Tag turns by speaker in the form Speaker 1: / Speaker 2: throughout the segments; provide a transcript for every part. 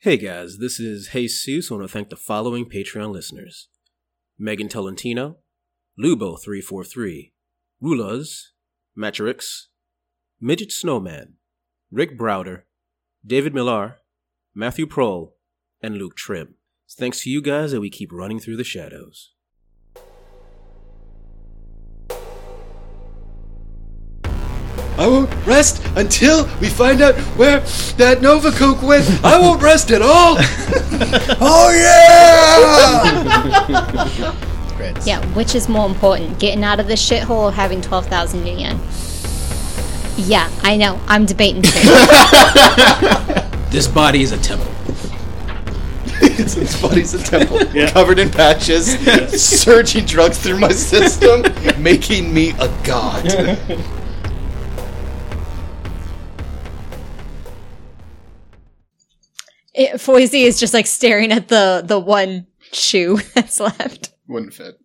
Speaker 1: Hey guys, this is Jesus. I want to thank the following Patreon listeners Megan Tolentino, Lubo343, Rulas, Matrix, Midget Snowman, Rick Browder, David Millar, Matthew Prohl, and Luke Trim. It's thanks to you guys that we keep running through the shadows.
Speaker 2: I won't rest until we find out where that Nova Coke went. I won't rest at all. oh yeah!
Speaker 3: Crits.
Speaker 4: Yeah, which is more important, getting out of this shithole or having 12,000 in the end? Yeah, I know. I'm debating too.
Speaker 1: This body is a temple.
Speaker 2: it's, it's body's a temple covered in patches, surging drugs through my system, making me a god.
Speaker 4: it, Foisey is just like staring at the the one shoe that's left.
Speaker 2: Wouldn't fit.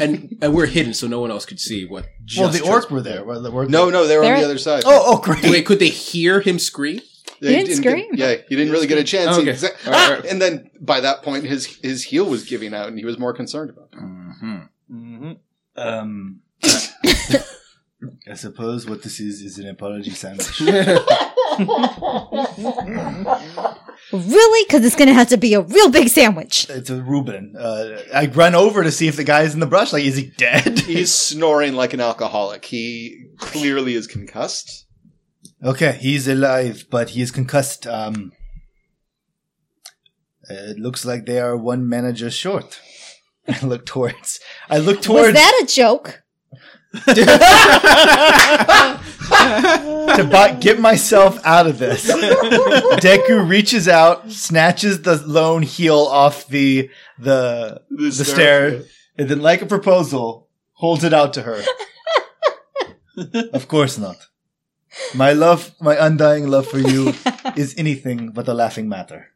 Speaker 1: And, and we're hidden so no one else could see what just
Speaker 3: well, the orc
Speaker 1: orc.
Speaker 3: were there. Well, the orc
Speaker 2: No, no, they were on
Speaker 4: They're-
Speaker 2: the other side.
Speaker 3: Oh, oh, great.
Speaker 1: Wait, could they hear him scream?
Speaker 2: They
Speaker 4: didn't
Speaker 2: get-
Speaker 4: scream.
Speaker 2: yeah, he didn't really get a chance. He
Speaker 1: Okay.
Speaker 2: exa-
Speaker 1: All right,
Speaker 2: Ah!
Speaker 1: all right.
Speaker 2: And then by that point, his his heel was giving out, and he was more concerned about it.
Speaker 3: Um, I suppose what this is is an apology sandwich.
Speaker 4: Really? Because it's going to have to be a real big sandwich.
Speaker 3: it's a Reuben. Uh, I run over to see if the guy's in the brush. Like, is he dead?
Speaker 2: He's snoring like an alcoholic. He clearly is concussed.
Speaker 3: okay, he's alive, but he is concussed. Um, it looks like they are one manager short. I look towards. I look
Speaker 4: Was
Speaker 3: towards
Speaker 4: that a joke?
Speaker 3: to bu- get myself out of this. Deku reaches out, snatches the lone heel off the the
Speaker 2: The
Speaker 3: the
Speaker 2: stair.
Speaker 3: stair, and then, like a proposal, holds it out to her. of course not. My love, my undying love for you, is anything but a laughing matter.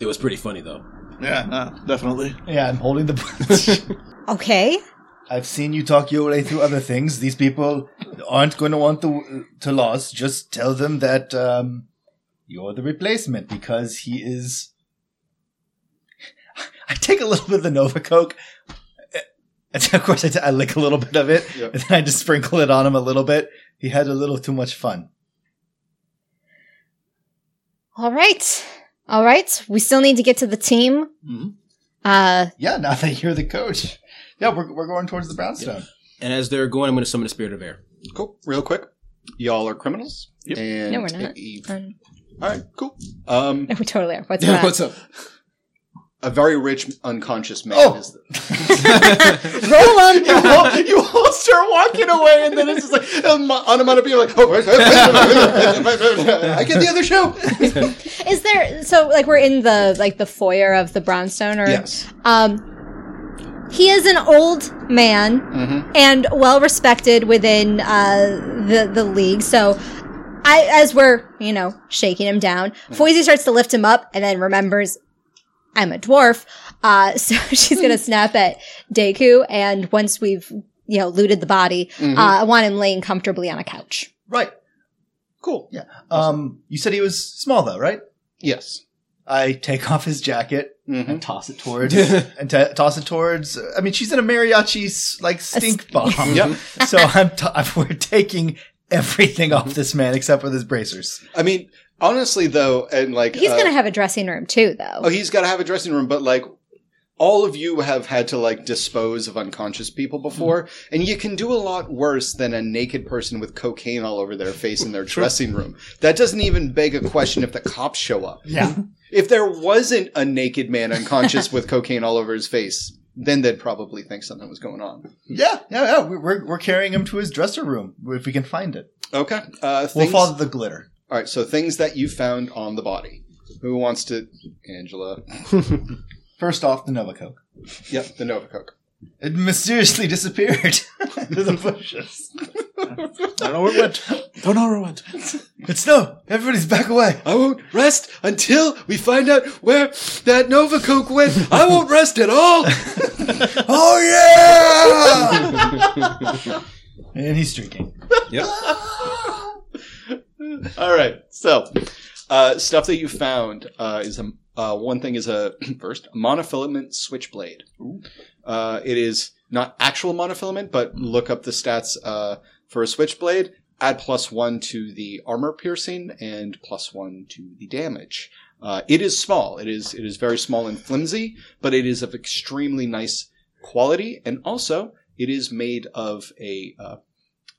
Speaker 1: It was pretty funny though.
Speaker 3: Yeah, I'm holding the. bunch.
Speaker 4: Okay.
Speaker 3: I've seen you talk your way through other things. These people aren't going to want to to lose. Just tell them that um, you're the replacement because he is. I take a little bit of the Nova Coke. And of course, I t- I lick a little bit of it,
Speaker 2: Yep.
Speaker 3: and then I just sprinkle it on him a little bit. He had a little too much fun.
Speaker 4: All right. All right. We still need to get to the team.
Speaker 1: Mhm.
Speaker 4: Uh,
Speaker 3: Yeah, now that you're the coach, yeah, we're we're going towards the brownstone.
Speaker 1: And as they're going, I'm going to summon a spirit of air.
Speaker 2: Cool. Real quick, y'all are criminals. And
Speaker 4: No, we're not.
Speaker 2: a-
Speaker 4: um,
Speaker 2: all right, cool. Um,
Speaker 4: no, we totally are. What's
Speaker 1: Yeah,
Speaker 4: that?
Speaker 1: What's up?
Speaker 2: a very rich unconscious man.
Speaker 3: Oh!
Speaker 2: Is the-
Speaker 3: Roll on,
Speaker 2: you, all, you all start walking away, and then it's just like um, onomatopoeia, like, oh, I get the other show.
Speaker 4: Is there so like we're in the like the foyer of the brownstone or
Speaker 2: Yes.
Speaker 4: um he is an old man
Speaker 2: Mm-hmm.
Speaker 4: and well respected within uh the the league so I as we're you know shaking him down Foisey starts to lift him up and then remembers I'm a dwarf uh so she's gonna snap at Deku and once we've you know looted the body
Speaker 2: Mm-hmm.
Speaker 4: uh, I want him laying comfortably on a couch
Speaker 3: right?
Speaker 2: Cool.
Speaker 3: Yeah. Um, you said he was small though, right?
Speaker 2: Yes.
Speaker 3: I take off his jacket
Speaker 2: Mhm.
Speaker 3: and toss it towards Hmm? and t- toss it towards. I mean, she's in a mariachi s- like stink bomb.
Speaker 2: Yep.
Speaker 3: so I'm t- I'm- we're taking everything off this man except for his bracers.
Speaker 2: I mean, honestly, though, and like
Speaker 4: he's
Speaker 2: uh,
Speaker 4: gonna have a dressing room too though
Speaker 2: Oh, he's got to have a dressing room, but like all of you have had to like dispose of unconscious people before,
Speaker 3: Mm-hmm.
Speaker 2: and you can do a lot worse than a naked person with cocaine all over their face in their dressing room. That doesn't even beg a question if the cops show up.
Speaker 3: Yeah.
Speaker 2: If there wasn't a naked man unconscious with cocaine all over his face, then they'd probably think something was going on.
Speaker 3: Yeah, yeah, yeah. We- We're we're carrying him to his dresser room if we can find it.
Speaker 2: Okay. Uh,
Speaker 3: We'll
Speaker 2: things,
Speaker 3: follow the glitter.
Speaker 2: all right. So things that you found on the body. Who wants to? Angela.
Speaker 3: First off, the Nova Coke.
Speaker 2: Yep. The Nova Coke.
Speaker 3: It mysteriously disappeared into the bushes.
Speaker 5: Don't know where it went. Don't know where it went.
Speaker 3: It's no. Everybody's back away.
Speaker 2: I won't rest until we find out where that Nova Coke went. I won't rest at all.
Speaker 3: Oh yeah! and he's drinking.
Speaker 2: all right. So, Uh, stuff that you found uh, is a uh, one thing is a first a monofilament switchblade. Uh, it is not actual monofilament, but look up the stats uh, for a switchblade. Add plus one to the armor piercing and plus one to the damage. Uh, it is small. It is it is very small and flimsy, but it is of extremely nice quality, and also it is made of a. Uh,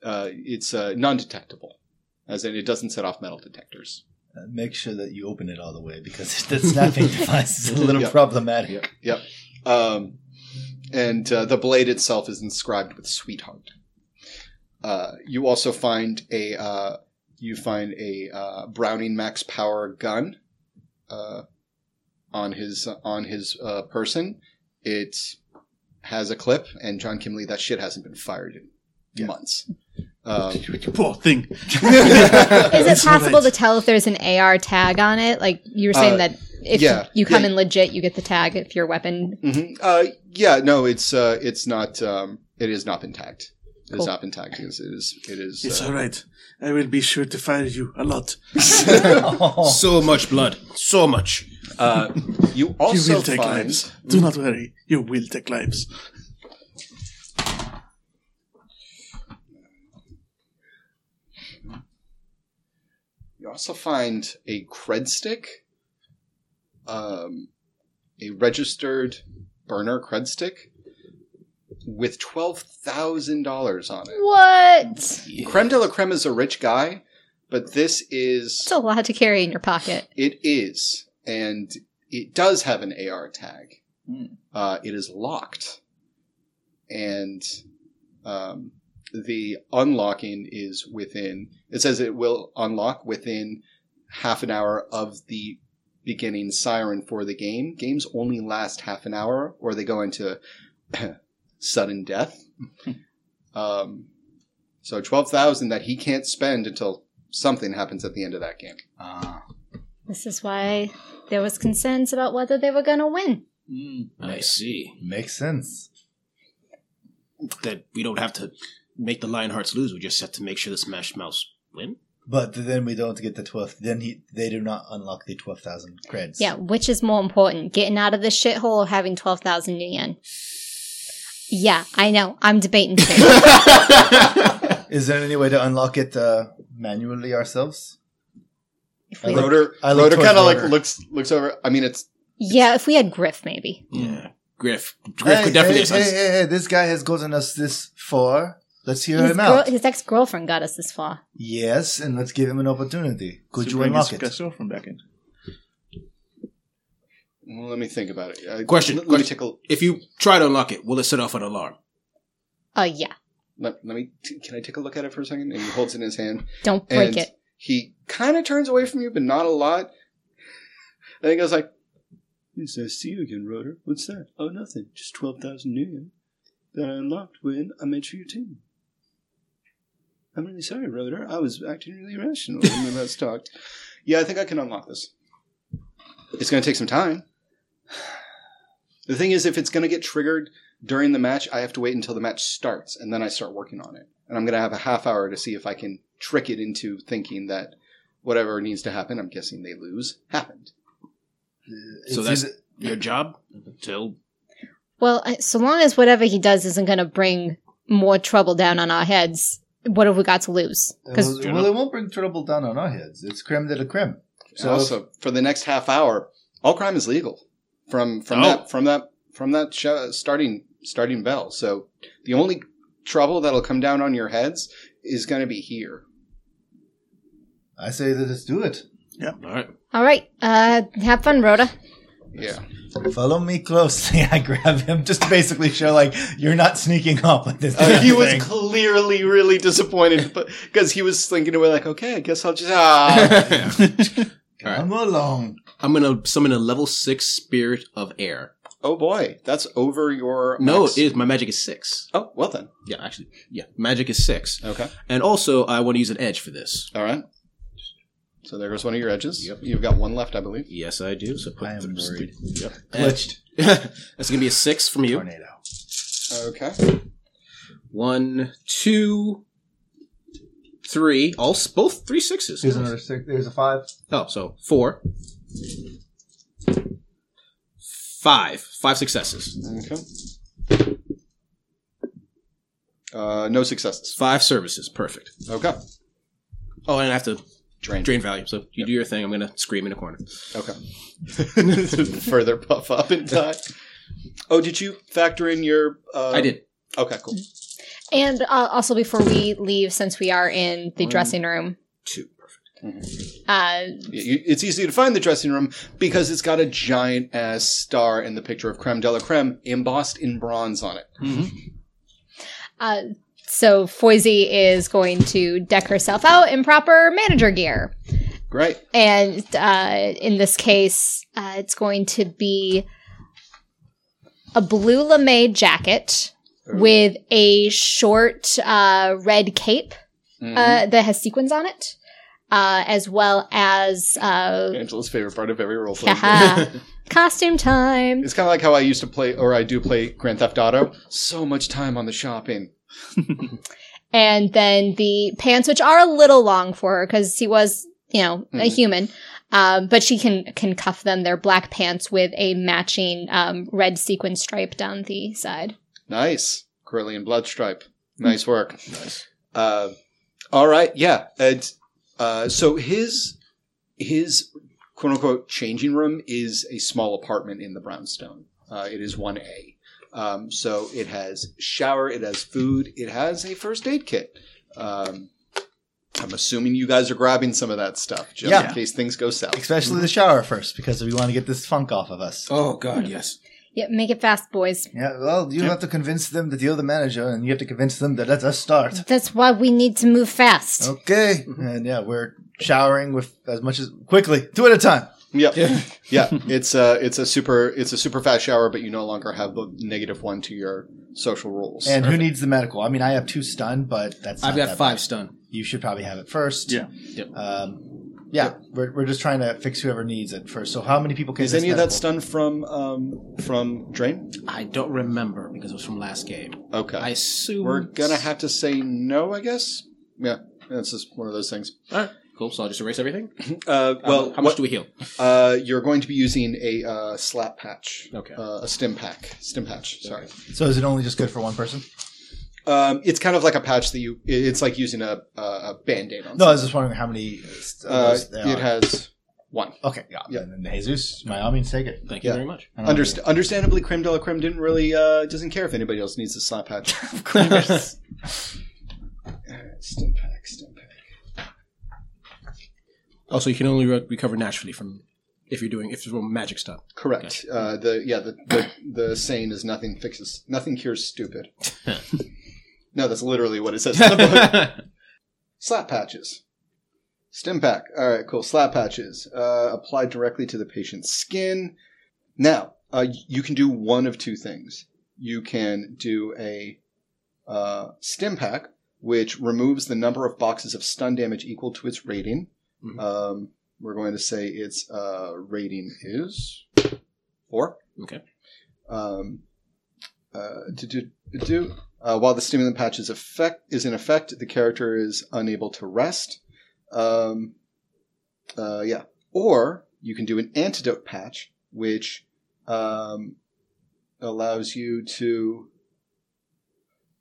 Speaker 2: uh, it's uh, non-detectable, as in it doesn't set off metal detectors.
Speaker 3: Uh, Make sure that you open it all the way because the snapping device is a little
Speaker 2: Yeah.
Speaker 3: problematic.
Speaker 2: Yep. Yep. Um, and uh, the blade itself is inscribed with "sweetheart." Uh, you also find a uh, you find a uh, Browning Max Power gun uh, on his on his uh, person. It has a clip, and John Kimley, that shit hasn't been fired in months. Um,
Speaker 6: You poor thing.
Speaker 4: Is it
Speaker 6: It's not
Speaker 4: possible to
Speaker 6: right.
Speaker 4: tell if there's an AR tag on it? Like you were saying
Speaker 2: Uh,
Speaker 4: that if
Speaker 2: yeah.
Speaker 4: you come
Speaker 2: Yeah.
Speaker 4: in legit, you get the tag if your weapon.
Speaker 2: hmm Uh, yeah, no, it's uh, it's not. Um, it has not been tagged. It has
Speaker 4: Cool.
Speaker 2: not been tagged. It is. It is. It is
Speaker 6: It's
Speaker 2: uh,
Speaker 6: all right. I will be sure to fire you a lot.
Speaker 3: Oh,
Speaker 1: So much blood. So much. Uh,
Speaker 2: You
Speaker 6: You
Speaker 2: also
Speaker 6: will take
Speaker 2: find
Speaker 6: lives. Do not worry. You will take lives.
Speaker 2: you also find a cred stick, um, a registered burner cred stick with twelve thousand dollars on it.
Speaker 4: What?
Speaker 2: Creme de la creme is a rich guy, but this is
Speaker 4: It's a lot to carry in your pocket.
Speaker 2: it is, and it does have an AR tag. Uh, it is locked, and um, the unlocking is within. It says it will unlock within half an hour of the beginning siren for the game. Games only last half an hour, or they go into sudden death. um, so twelve thousand that he can't spend until something happens at the end of that game.
Speaker 3: Ah.
Speaker 4: This is why there was concerns about whether they were going to win.
Speaker 1: I see.
Speaker 3: makes sense.
Speaker 1: That we don't have to make the Lionhearts lose. We just have to make sure the Smash Mouse win.
Speaker 3: But then we don't get the twelve. Then he, they do not unlock the twelve thousand creds.
Speaker 4: Yeah, which is more important, getting out of this shithole or having 12,000 yen? Yeah, I know. I'm debating too.
Speaker 3: Is there any way to unlock it uh, manually ourselves?
Speaker 4: if
Speaker 3: I
Speaker 4: we,
Speaker 3: look-
Speaker 2: Rotor,
Speaker 3: I look
Speaker 2: Rotor
Speaker 3: towards
Speaker 2: kind of like
Speaker 3: Rotor.
Speaker 2: looks looks over. I mean, it's
Speaker 4: yeah, if we had Griff, maybe.
Speaker 6: Mm.
Speaker 1: Yeah. Griff. Griff
Speaker 3: Hey,
Speaker 1: could definitely
Speaker 3: hey,
Speaker 1: assist.
Speaker 3: hey, hey, hey, this guy has gotten us this far. Let's hear
Speaker 4: His,
Speaker 3: him
Speaker 4: girl-
Speaker 3: out.
Speaker 4: his ex girlfriend got us this far.
Speaker 3: Yes, and let's give him an opportunity. Could
Speaker 6: To
Speaker 3: you
Speaker 6: bring
Speaker 3: unlock
Speaker 6: his
Speaker 3: it?
Speaker 6: castle from back end.
Speaker 2: well, let me think about it. I-
Speaker 1: Question,
Speaker 2: Let, let me
Speaker 1: question.
Speaker 2: take a
Speaker 1: If you try to unlock it, will it set off an alarm?
Speaker 4: Oh, yeah.
Speaker 2: let, let me. t- Can I take a look at it for a second? And he holds it in his hand,
Speaker 4: Don't break
Speaker 2: and
Speaker 4: it.
Speaker 2: he kind of turns away from you, but not a lot. And he goes like, "It's nice to see you again, Rotor. What's that? Oh, nothing. Just twelve thousand new yen that I unlocked when I met you too. I'm really sorry, Rotor. I was acting really irrational when we last talked. Yeah, I think I can unlock this. It's going to take some time. The thing is, if it's going to get triggered during the match, I have to wait until the match starts, and then I start working on it. And I'm going to have a half hour to see if I can trick it into thinking that whatever needs to happen, I'm guessing they lose, happened.
Speaker 1: So
Speaker 3: It's
Speaker 1: that's
Speaker 3: either-
Speaker 1: your job until
Speaker 4: Well, I- so long as whatever he does isn't going to bring more trouble down on our heads, what have we got to lose? Because
Speaker 3: well, well, it won't bring trouble down on our heads. It's creme de la creme.
Speaker 2: So also, for the next half hour, all crime is legal from from
Speaker 1: Oh.
Speaker 2: that from that from that show, starting starting bell. So the only trouble that'll come down on your heads is going to be here.
Speaker 3: I say that let's do it.
Speaker 1: all right.
Speaker 4: All right. Uh, have fun, Rhoda.
Speaker 2: Yeah.
Speaker 3: Follow me closely. I grab him just to basically show like you're not sneaking up with
Speaker 1: Oh,
Speaker 3: this.
Speaker 2: Uh,
Speaker 3: damn
Speaker 2: he was
Speaker 3: thing.
Speaker 2: clearly really disappointed because he was thinking away like, okay, I guess I'll just ah.
Speaker 3: Come along.
Speaker 1: I'm gonna summon a level six spirit of air.
Speaker 2: oh boy, that's over your
Speaker 1: No,
Speaker 2: max.
Speaker 1: it is my magic is six.
Speaker 2: oh well then
Speaker 1: Yeah, actually, yeah, magic is six.
Speaker 2: okay
Speaker 1: And also, I want to use an edge for this.
Speaker 2: all right. So there goes one of your edges.
Speaker 1: Yep.
Speaker 2: You've got one left, I believe.
Speaker 1: Yes, I do. So put
Speaker 3: I am
Speaker 1: th-
Speaker 3: worried.
Speaker 1: Yep.
Speaker 3: Glitched
Speaker 1: That's gonna be a six from you.
Speaker 3: tornado.
Speaker 2: Okay.
Speaker 1: One, two,
Speaker 7: three, all s- both three sixes.
Speaker 1: Here's another six. There's a five.
Speaker 7: Oh, so four, five, five successes,
Speaker 2: Okay. Uh, no successes.
Speaker 7: five services. Perfect.
Speaker 2: Okay.
Speaker 7: Oh, and I have to
Speaker 2: Drain.
Speaker 7: drain value. So you do your thing. I'm gonna scream in a corner.
Speaker 2: Okay. Further puff up in time. Oh, did you factor in your? Uh,
Speaker 7: I did.
Speaker 2: Okay, cool.
Speaker 4: And uh, also, before we leave, since we are in the dressing room,
Speaker 7: Two.
Speaker 4: uh,
Speaker 2: Y- y- It's easy to find the dressing room because it's got a giant ass star in the picture of creme de la creme embossed in bronze on it.
Speaker 4: uh, so Foisey is going to deck herself out in proper manager gear.
Speaker 2: Great.
Speaker 4: And uh, in this case, uh, it's going to be a blue lame jacket with a short uh, red cape
Speaker 2: Mhm.
Speaker 4: uh, that has sequins on it, uh, as well as uh,
Speaker 2: Angela's favorite part of every role play.
Speaker 4: haha, costume time.
Speaker 2: It's kind of like how I used to play, or I do play Grand Theft Auto. So much time on the shopping.
Speaker 4: and then the pants, which are a little long for her because he was, you know, a
Speaker 2: Mhm.
Speaker 4: human. Um, but she can can cuff them. They're black pants with a matching um, red sequin stripe down the side.
Speaker 2: Nice. Carillion Bloodstripe. Nice
Speaker 7: Hmm.
Speaker 2: work. Nice. Uh, all right. Yeah. And, uh, so his, his quote unquote changing room is a small apartment in the brownstone. Uh, it is 1A. Um, so it has shower, it has food, it has a first aid kit. Um, I'm assuming you guys are grabbing some of that stuff just
Speaker 1: Yeah.
Speaker 2: in case things go south.
Speaker 1: Especially the shower first, because we want to get this funk off of us.
Speaker 7: Oh God, yes.
Speaker 4: Yeah, make it fast, boys.
Speaker 1: Yeah, well, you have to convince them that you're the manager, and you have to convince them that let us start.
Speaker 4: That's why we need to move fast.
Speaker 1: Okay. And yeah, we're showering with as much as quickly, two at a time.
Speaker 2: Yep. Yeah. It's a, it's a super, it's a super fast shower, but you no longer have the negative one to your social rules.
Speaker 1: And who needs the medical? I mean, I have two stun, but that's
Speaker 7: I've
Speaker 1: not
Speaker 7: got
Speaker 1: that
Speaker 7: five
Speaker 1: bad.
Speaker 7: stun.
Speaker 1: You should probably have it first.
Speaker 6: Yeah.
Speaker 7: Yep.
Speaker 1: Um, yeah, We're, we're just trying to fix whoever needs it first. So how many people can
Speaker 2: Is
Speaker 1: this
Speaker 2: any of that
Speaker 1: medical?
Speaker 2: stun from um, from Drain?
Speaker 7: I don't remember because it was from last game.
Speaker 2: Okay,
Speaker 7: I assume
Speaker 2: we're gonna have to say no, I guess. Yeah, that's just one of those things.
Speaker 7: All right, cool. So I'll just erase everything. Um,
Speaker 2: Uh, well,
Speaker 7: how, how much do we heal?
Speaker 2: we- uh, you're going to be using a uh, slap patch,
Speaker 7: Okay.
Speaker 2: uh, a stim pack, stim patch. Sorry,
Speaker 1: So is it only just good for one person?
Speaker 2: um, it's kind of like a patch that you. it- It's like using a a, a band aid on.
Speaker 1: No, I
Speaker 2: something.
Speaker 1: was just wondering how many. Uh,
Speaker 2: uh,
Speaker 1: those there
Speaker 2: it
Speaker 1: are.
Speaker 2: has one.
Speaker 1: okay, yeah.
Speaker 2: Yeah.
Speaker 1: And then Jesus, by all means, take it.
Speaker 7: Thank you
Speaker 2: yeah.
Speaker 7: very much.
Speaker 1: I don't know.
Speaker 2: Underst- understandably, Creme de la Creme didn't really uh, doesn't care if anybody else needs a slap patch.
Speaker 1: Of course.
Speaker 2: Alright, stim pack, stim pack.
Speaker 7: Also, you can only re- recover naturally from if you're doing if it's from magic stuff.
Speaker 2: Correct. Uh, the yeah the, the the saying is nothing fixes nothing cures stupid. no, that's literally what it says. in the book. Slap patches, stim pack. All right, cool. Slap patches uh, applied directly to the patient's skin. Now uh, you can do one of two things. You can do a uh, stim pack, which removes the number of boxes of stun damage equal to its rating.
Speaker 7: Mhm.
Speaker 2: Um, we're going to say its uh, rating is four.
Speaker 7: Okay.
Speaker 2: Um, uh, to do, to do uh, while the stimulant patch is effect is in effect, the character is unable to rest. Um, uh, yeah, or you can do an antidote patch, which um, allows you to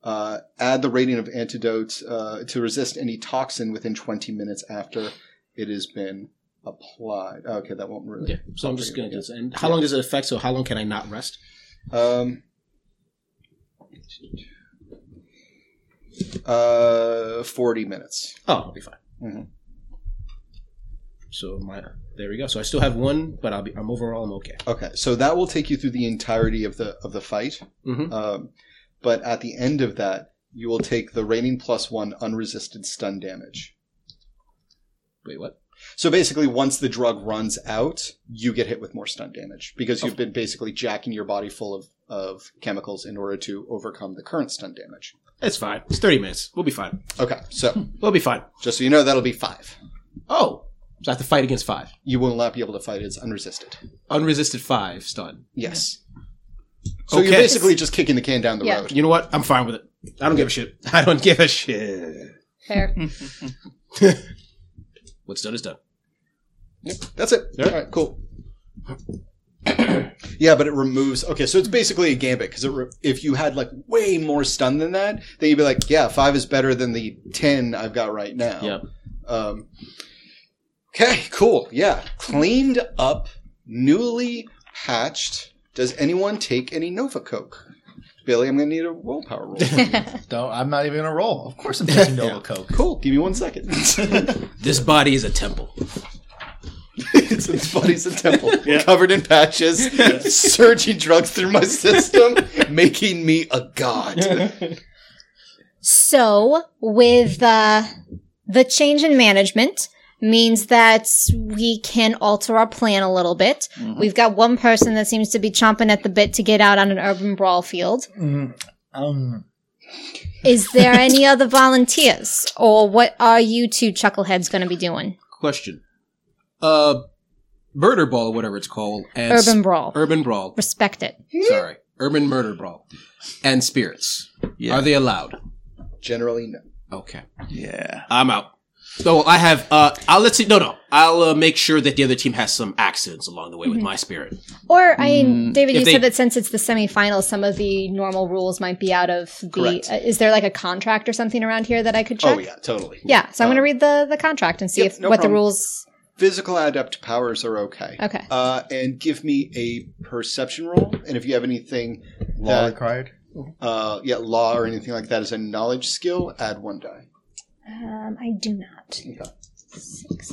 Speaker 2: uh, add the rating of antidotes uh, to resist any toxin within 20 minutes after it has been applied. Okay, that won't really.
Speaker 7: Yeah. So I'm just gonna do this. And how long does it affect? So how long can I not rest?
Speaker 2: Um, uh, 40 minutes.
Speaker 7: Oh, I'll be fine.
Speaker 2: Mhm.
Speaker 7: So my there we go. So I still have one, but I'll be I'm overall I'm okay.
Speaker 2: Okay, so that will take you through the entirety of the of the fight.
Speaker 7: Mm-hmm.
Speaker 2: Um, but at the end of that, you will take the reigning plus one unresisted stun damage.
Speaker 7: Wait, what?
Speaker 2: So basically, once the drug runs out, you get hit with more stun damage because you've been basically jacking your body full of, of chemicals in order to overcome the current stun damage.
Speaker 7: It's fine. It's 30 minutes. We'll be fine.
Speaker 2: Okay, so
Speaker 7: We'll be fine.
Speaker 2: just so you know, that'll be five.
Speaker 7: Oh, so I have to fight against five.
Speaker 2: You will not be able to fight; it's unresisted.
Speaker 7: Unresisted five stun.
Speaker 2: Yes. So
Speaker 7: Okay.
Speaker 2: you're basically just kicking the can down the
Speaker 4: Yeah.
Speaker 2: road.
Speaker 7: You know what? I'm fine with it. I don't give a shit. I don't give a shit.
Speaker 4: Fair.
Speaker 7: What's done is done.
Speaker 2: That's it. All right, cool. yeah, but it removes. Okay, so it's basically a gambit because re- if you had like way more stun than that, then you'd be like, yeah, five is better than the ten I've got right now.
Speaker 7: Yeah.
Speaker 2: Um, okay, cool. Yeah, cleaned up, newly patched. Does anyone take any Nova Coke? Billy, I'm gonna need a willpower roll.
Speaker 3: Don't, I'm not even gonna roll. Of course I'm taking Nova Coke.
Speaker 2: cool. Give me one second.
Speaker 7: This body is a temple.
Speaker 2: it's, its body's a temple
Speaker 6: Yeah.
Speaker 2: covered in patches, surging drugs through my system, making me a god.
Speaker 4: So, with uh, the change in management, means that we can alter our plan a little bit. We've got one person that seems to be chomping at the bit to get out on an urban brawl field.
Speaker 1: Mm, um,
Speaker 4: Is there any other volunteers, or what are you two chuckleheads going to be doing?
Speaker 7: Question. Uh, murder ball or whatever it's called. And
Speaker 4: Urban brawl.
Speaker 7: Urban brawl.
Speaker 4: Respect it.
Speaker 7: Sorry, urban murder brawl. And spirits.
Speaker 6: Yeah.
Speaker 7: Are they allowed?
Speaker 2: Generally, no.
Speaker 7: Okay,
Speaker 6: Yeah.
Speaker 7: I'm out. So I have. Uh, I'll let's see. No, no. I'll uh, make sure that the other team has some accidents along the way with my spirit.
Speaker 4: Or, I
Speaker 2: Mm,
Speaker 4: mean, David,
Speaker 7: if
Speaker 4: you
Speaker 7: they-
Speaker 4: said that since it's the semifinals, some of the normal rules might be out of the.
Speaker 2: Correct.
Speaker 4: Uh, is there like a contract or something around here that I could check?
Speaker 2: Oh yeah, totally.
Speaker 4: Yeah, so I'm going to read the, the contract and see
Speaker 2: Yep,
Speaker 4: if
Speaker 2: no
Speaker 4: what the
Speaker 2: problem.
Speaker 4: rules.
Speaker 2: Physical adept powers are okay.
Speaker 4: Okay.
Speaker 2: Uh, and give me a perception roll, and if you have anything
Speaker 3: Law
Speaker 2: that,
Speaker 3: required.
Speaker 2: uh, yeah, law or anything like that is a knowledge skill, add one die.
Speaker 4: Um, I do not.
Speaker 2: Okay.
Speaker 4: Six,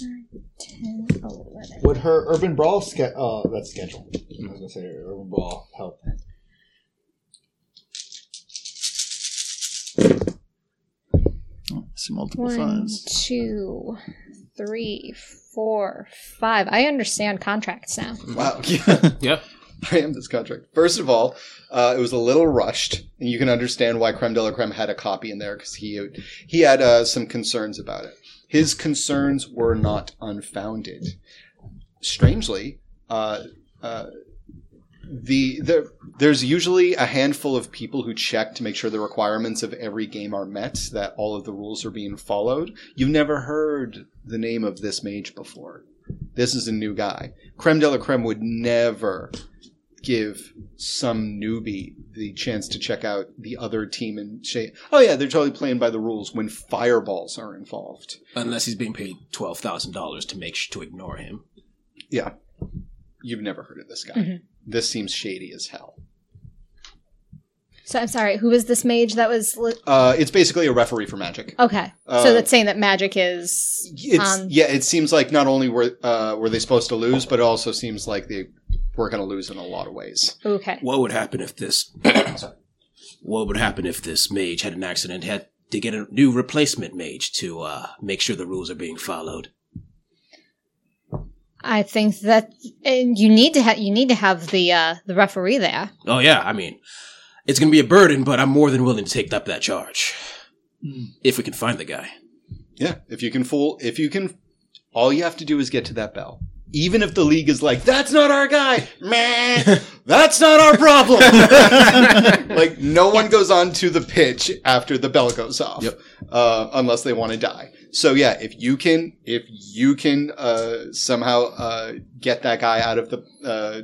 Speaker 4: nine, ten, eleven.
Speaker 3: Would her urban brawl ske- uh that's schedule. I was gonna say urban brawl help.
Speaker 6: It's multiple
Speaker 4: One,
Speaker 6: fives.
Speaker 4: two, three, four, five. I understand contracts now.
Speaker 2: Wow. Yeah.
Speaker 7: Yeah.
Speaker 2: I am this contract. First of all, uh, it was a little rushed, and you can understand why Creme de la Creme had a copy in there because he he had uh, some concerns about it. His concerns were not unfounded. Strangely, uh, uh, the the there's usually a handful of people who check to make sure the requirements of every game are met, that all of the rules are being followed. You've never heard the name of this mage before. This is a new guy. Creme de la Creme would never give some newbie the chance to check out the other team and say, "Oh yeah, they're totally playing by the rules." When fireballs are involved,
Speaker 7: Unless he's being paid twelve thousand dollars to make sh- to ignore him.
Speaker 2: yeah, you've never heard of this guy.
Speaker 4: Mhm.
Speaker 2: This seems shady as hell.
Speaker 4: So I'm sorry. Who was this mage that was? Li-
Speaker 2: Uh, it's basically a referee for magic.
Speaker 4: okay,
Speaker 2: Uh,
Speaker 4: so that's saying that magic is.
Speaker 2: It's,
Speaker 4: Um,
Speaker 2: yeah, it seems like not only were uh, were they supposed to lose, but it also seems like they were going to lose in a lot of ways.
Speaker 4: Okay.
Speaker 7: What would happen if this? what would happen if this mage had an accident? Had to get a new replacement mage to uh, make sure the rules are being followed.
Speaker 4: I think that and you need to have you need to have the uh, the referee there.
Speaker 7: Oh yeah, I mean, it's gonna be a burden, but I'm more than willing to take up that charge if we can find the guy.
Speaker 2: Yeah, if you can fool, if you can, all you have to do is get to that bell. Even if the league is like, "That's not our guy," man, that's not our problem. like no one goes on to the pitch after the bell goes off, uh, unless they want to die. So yeah, if you can, if you can uh, somehow uh, get that guy out of the, uh,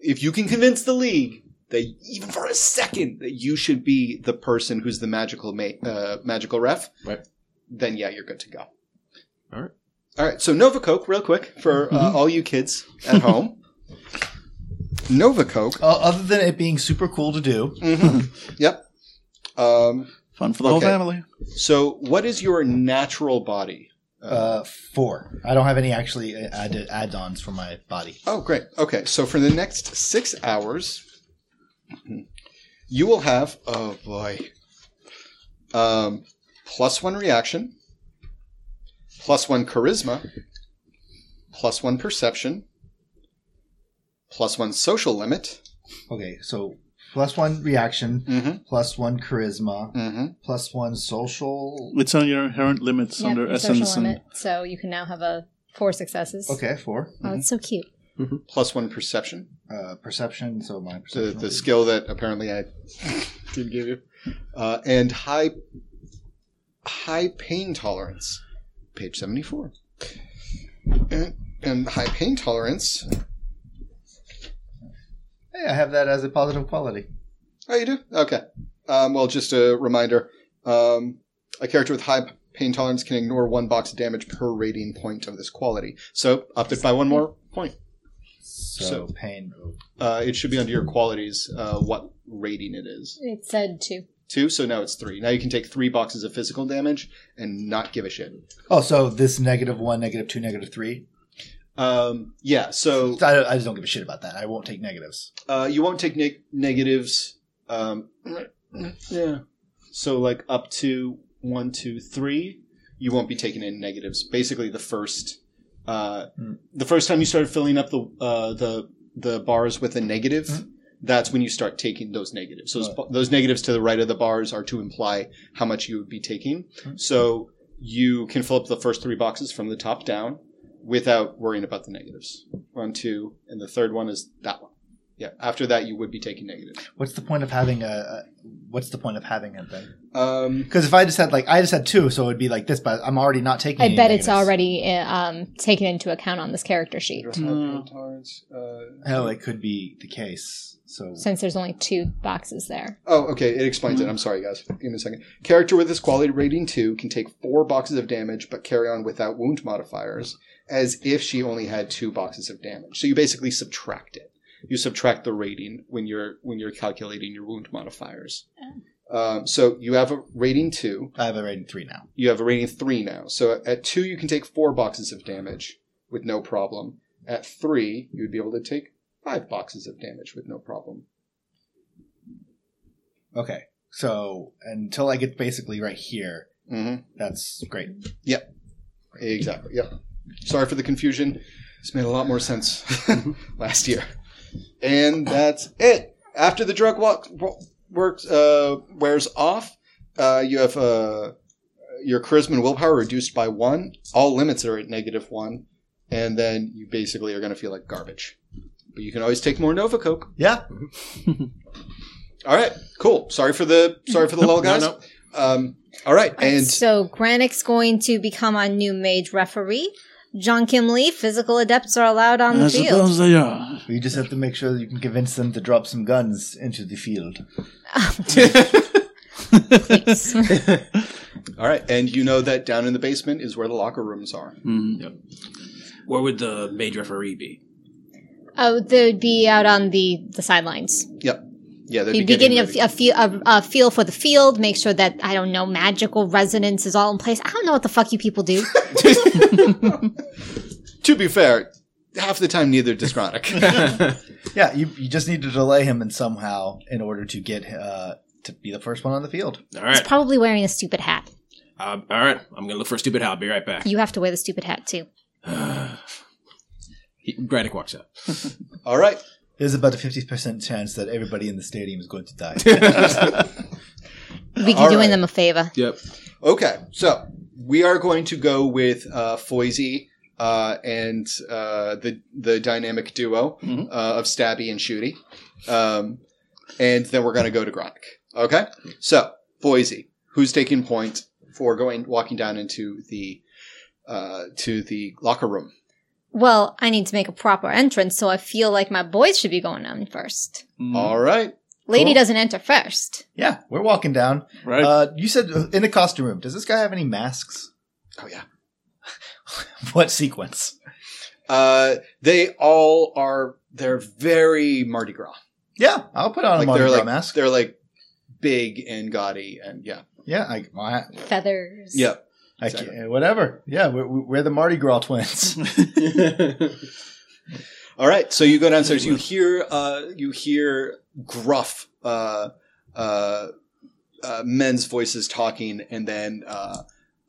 Speaker 2: if you can convince the league that even for a second that you should be the person who's the magical ma- uh, magical ref,
Speaker 7: Right.
Speaker 2: then yeah, you're good to go.
Speaker 7: All right. Mm-hmm.
Speaker 2: All right, so Nova Coke, real quick, for uh, all you kids at home. Nova Coke.
Speaker 3: Uh,
Speaker 1: o- other than it being super cool to do,
Speaker 2: Mm-hmm. Yep. Um,
Speaker 6: Fun for the whole
Speaker 2: Okay.
Speaker 6: family.
Speaker 2: so, what is your natural body?
Speaker 3: Uh four. I don't have any actually uh, add add ons for my body.
Speaker 2: Oh, great. Okay, so for the next six hours, you will have oh boy, um, plus one reaction, plus one charisma, plus one perception, plus one social limit.
Speaker 3: Okay, so plus one reaction,
Speaker 2: Mm-hmm.
Speaker 3: plus one charisma,
Speaker 2: Mm-hmm.
Speaker 3: plus one social
Speaker 6: It's on your inherent limits
Speaker 4: Yeah,
Speaker 6: under
Speaker 4: your
Speaker 6: essence.
Speaker 4: social
Speaker 6: And,
Speaker 4: limit. So you can now have a four successes.
Speaker 3: Okay, four.
Speaker 4: Oh, it's so cute.
Speaker 2: Plus one perception.
Speaker 3: Uh perception, so my
Speaker 2: the,
Speaker 3: perception.
Speaker 2: the skill that apparently I didn't give you, uh, and high high pain tolerance. Page 74. And, and high pain tolerance.
Speaker 3: Hey, I have that as a positive quality.
Speaker 2: Oh, you do? Okay. Um, well, just a reminder um, a character with high pain tolerance can ignore one box of damage per rating point of this quality. So, upped it by one more point.
Speaker 3: So,
Speaker 2: So-
Speaker 3: pain.
Speaker 2: Uh, it should be under your qualities uh, what rating it is.
Speaker 4: It said two.
Speaker 2: Two, so now it's three. Now you can take three boxes of physical damage and not give a shit.
Speaker 3: Oh, so this negative one, negative two, negative three.
Speaker 2: Um, yeah, so
Speaker 3: I, I just don't give a shit about that. I won't take negatives.
Speaker 2: uh, you won't take neg- negatives. Um, yeah. So like up to one, two, three, you won't be taking in negatives. Basically, the first, uh,
Speaker 3: Hmm.
Speaker 2: the first time you start filling up the uh, the the bars with a negative, that's when you start taking those negatives. Those those negatives to the right of the bars are to imply how much you would be taking. So you can fill up the first three boxes from the top down without worrying about the negatives. One, two, and the third one is that one. Yeah. After that, you would be taking negative.
Speaker 3: What's the point of having a? a what's the point of having it then?
Speaker 2: Um,
Speaker 3: Because if I just had like I just had two, so it'd be like this, but I'm already not taking.
Speaker 4: I
Speaker 3: any
Speaker 4: bet it's
Speaker 3: negatives.
Speaker 4: already uh, um, taken into account on this character sheet
Speaker 6: No.
Speaker 2: uh,
Speaker 3: Hell, it could be the case. So
Speaker 4: since there's only two boxes there.
Speaker 2: oh, okay. It explains it. I'm sorry, guys. Give me a second. Character with this quality rating two can take four boxes of damage, but carry on without wound modifiers, as if she only had two boxes of damage. So you basically subtract it. You subtract the rating when you're when you're calculating your wound modifiers. Um, so you have a rating two.
Speaker 3: I have a rating three now.
Speaker 2: you have a rating three now. So at two, you can take four boxes of damage with no problem. At three, you would be able to take five boxes of damage with no problem.
Speaker 3: Okay, so until I get basically right here,
Speaker 2: Mm-hmm.
Speaker 3: that's great.
Speaker 2: Exactly. Yep. Sorry for the confusion. This made a lot more sense
Speaker 7: Mm-hmm.
Speaker 2: last year. And that's it. After the drug walk, wa- works uh, wears off, uh, you have uh, your charisma and willpower reduced by one. All limits are at negative one, and then you basically are going to feel like garbage. But you can always take more Nova Coke.
Speaker 3: Yeah,
Speaker 2: All right, cool. Sorry for the sorry for the lull, guys.
Speaker 7: no.
Speaker 2: Um, all right, and
Speaker 4: so Granick's going to become our new mage referee. John Kim Lee, physical adepts are allowed on
Speaker 6: I
Speaker 4: the field.
Speaker 6: suppose they are.
Speaker 3: you just have to make sure that you can convince them to drop some guns into the field.
Speaker 4: Please.
Speaker 2: all right, and you know that down in the basement is where the locker rooms are.
Speaker 7: Where would the mage referee be?
Speaker 4: oh, they would be out on the, the sidelines.
Speaker 2: Yep. Yeah, they'd
Speaker 4: Be,
Speaker 2: be
Speaker 4: be
Speaker 2: getting
Speaker 4: getting a,
Speaker 2: ready.
Speaker 4: f- a feel, a, a feel for the field, make sure that, I don't know, magical resonance is all in place. I don't know what the fuck you people do.
Speaker 2: to be fair, half the time neither does Gronick.
Speaker 3: Yeah, you you just need to delay him in somehow in order to get uh to be the first one on the field.
Speaker 7: All
Speaker 4: He's
Speaker 7: right,
Speaker 4: probably wearing a stupid hat.
Speaker 7: um, all right. I'm gonna look for a stupid hat. I'll be right back.
Speaker 4: You have to wear the stupid hat too.
Speaker 7: He, Granick walks out.
Speaker 2: all right.
Speaker 3: There's about a fifty percent chance that everybody in the stadium is going to die.
Speaker 4: We'd be
Speaker 2: All
Speaker 4: doing
Speaker 2: right.
Speaker 4: them a favor.
Speaker 7: Yep.
Speaker 2: Okay, so we are going to go with uh, Foisey uh, and uh, the the dynamic duo
Speaker 6: Mhm.
Speaker 2: uh, of Stabby and Shooty, um, and then we're going to go to Gronick. Okay, so Foisey, who's taking point for going walking down into the uh, to the locker room?
Speaker 4: Well, I need to make a proper entrance, so I feel like my boys should be going on first.
Speaker 6: Mm,
Speaker 2: All right,
Speaker 4: Lady
Speaker 3: Cool.
Speaker 4: doesn't enter first.
Speaker 3: yeah, we're walking down.
Speaker 6: right.
Speaker 3: Uh, you said uh, in the costume room. Does this guy have any masks?
Speaker 2: oh yeah,
Speaker 3: What sequence?
Speaker 2: uh, they all are. They're very Mardi Gras.
Speaker 3: Yeah, I'll put on
Speaker 2: Like
Speaker 3: a Mardi
Speaker 2: they're
Speaker 3: Gras
Speaker 2: like
Speaker 3: mask.
Speaker 2: they're like big and gaudy and yeah
Speaker 3: Yeah, I, well, I,
Speaker 4: Feathers.
Speaker 2: yeah.
Speaker 3: I
Speaker 2: Exactly.
Speaker 3: can't- whatever. Yeah, we're, we're the Mardi Gras twins.
Speaker 2: All right, so you go downstairs. You hear uh, you hear gruff uh, uh, uh, men's voices talking, and then uh,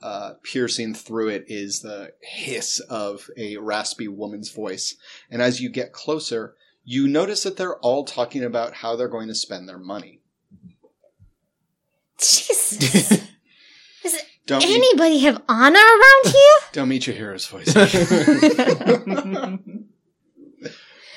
Speaker 2: uh, piercing through it is the hiss of a raspy woman's voice. And as you get closer, you notice that they're all talking about how they're going to spend their money.
Speaker 4: Jesus.
Speaker 2: Don't meet,
Speaker 4: Anybody have honor around here?
Speaker 2: don't meet your hero's voice.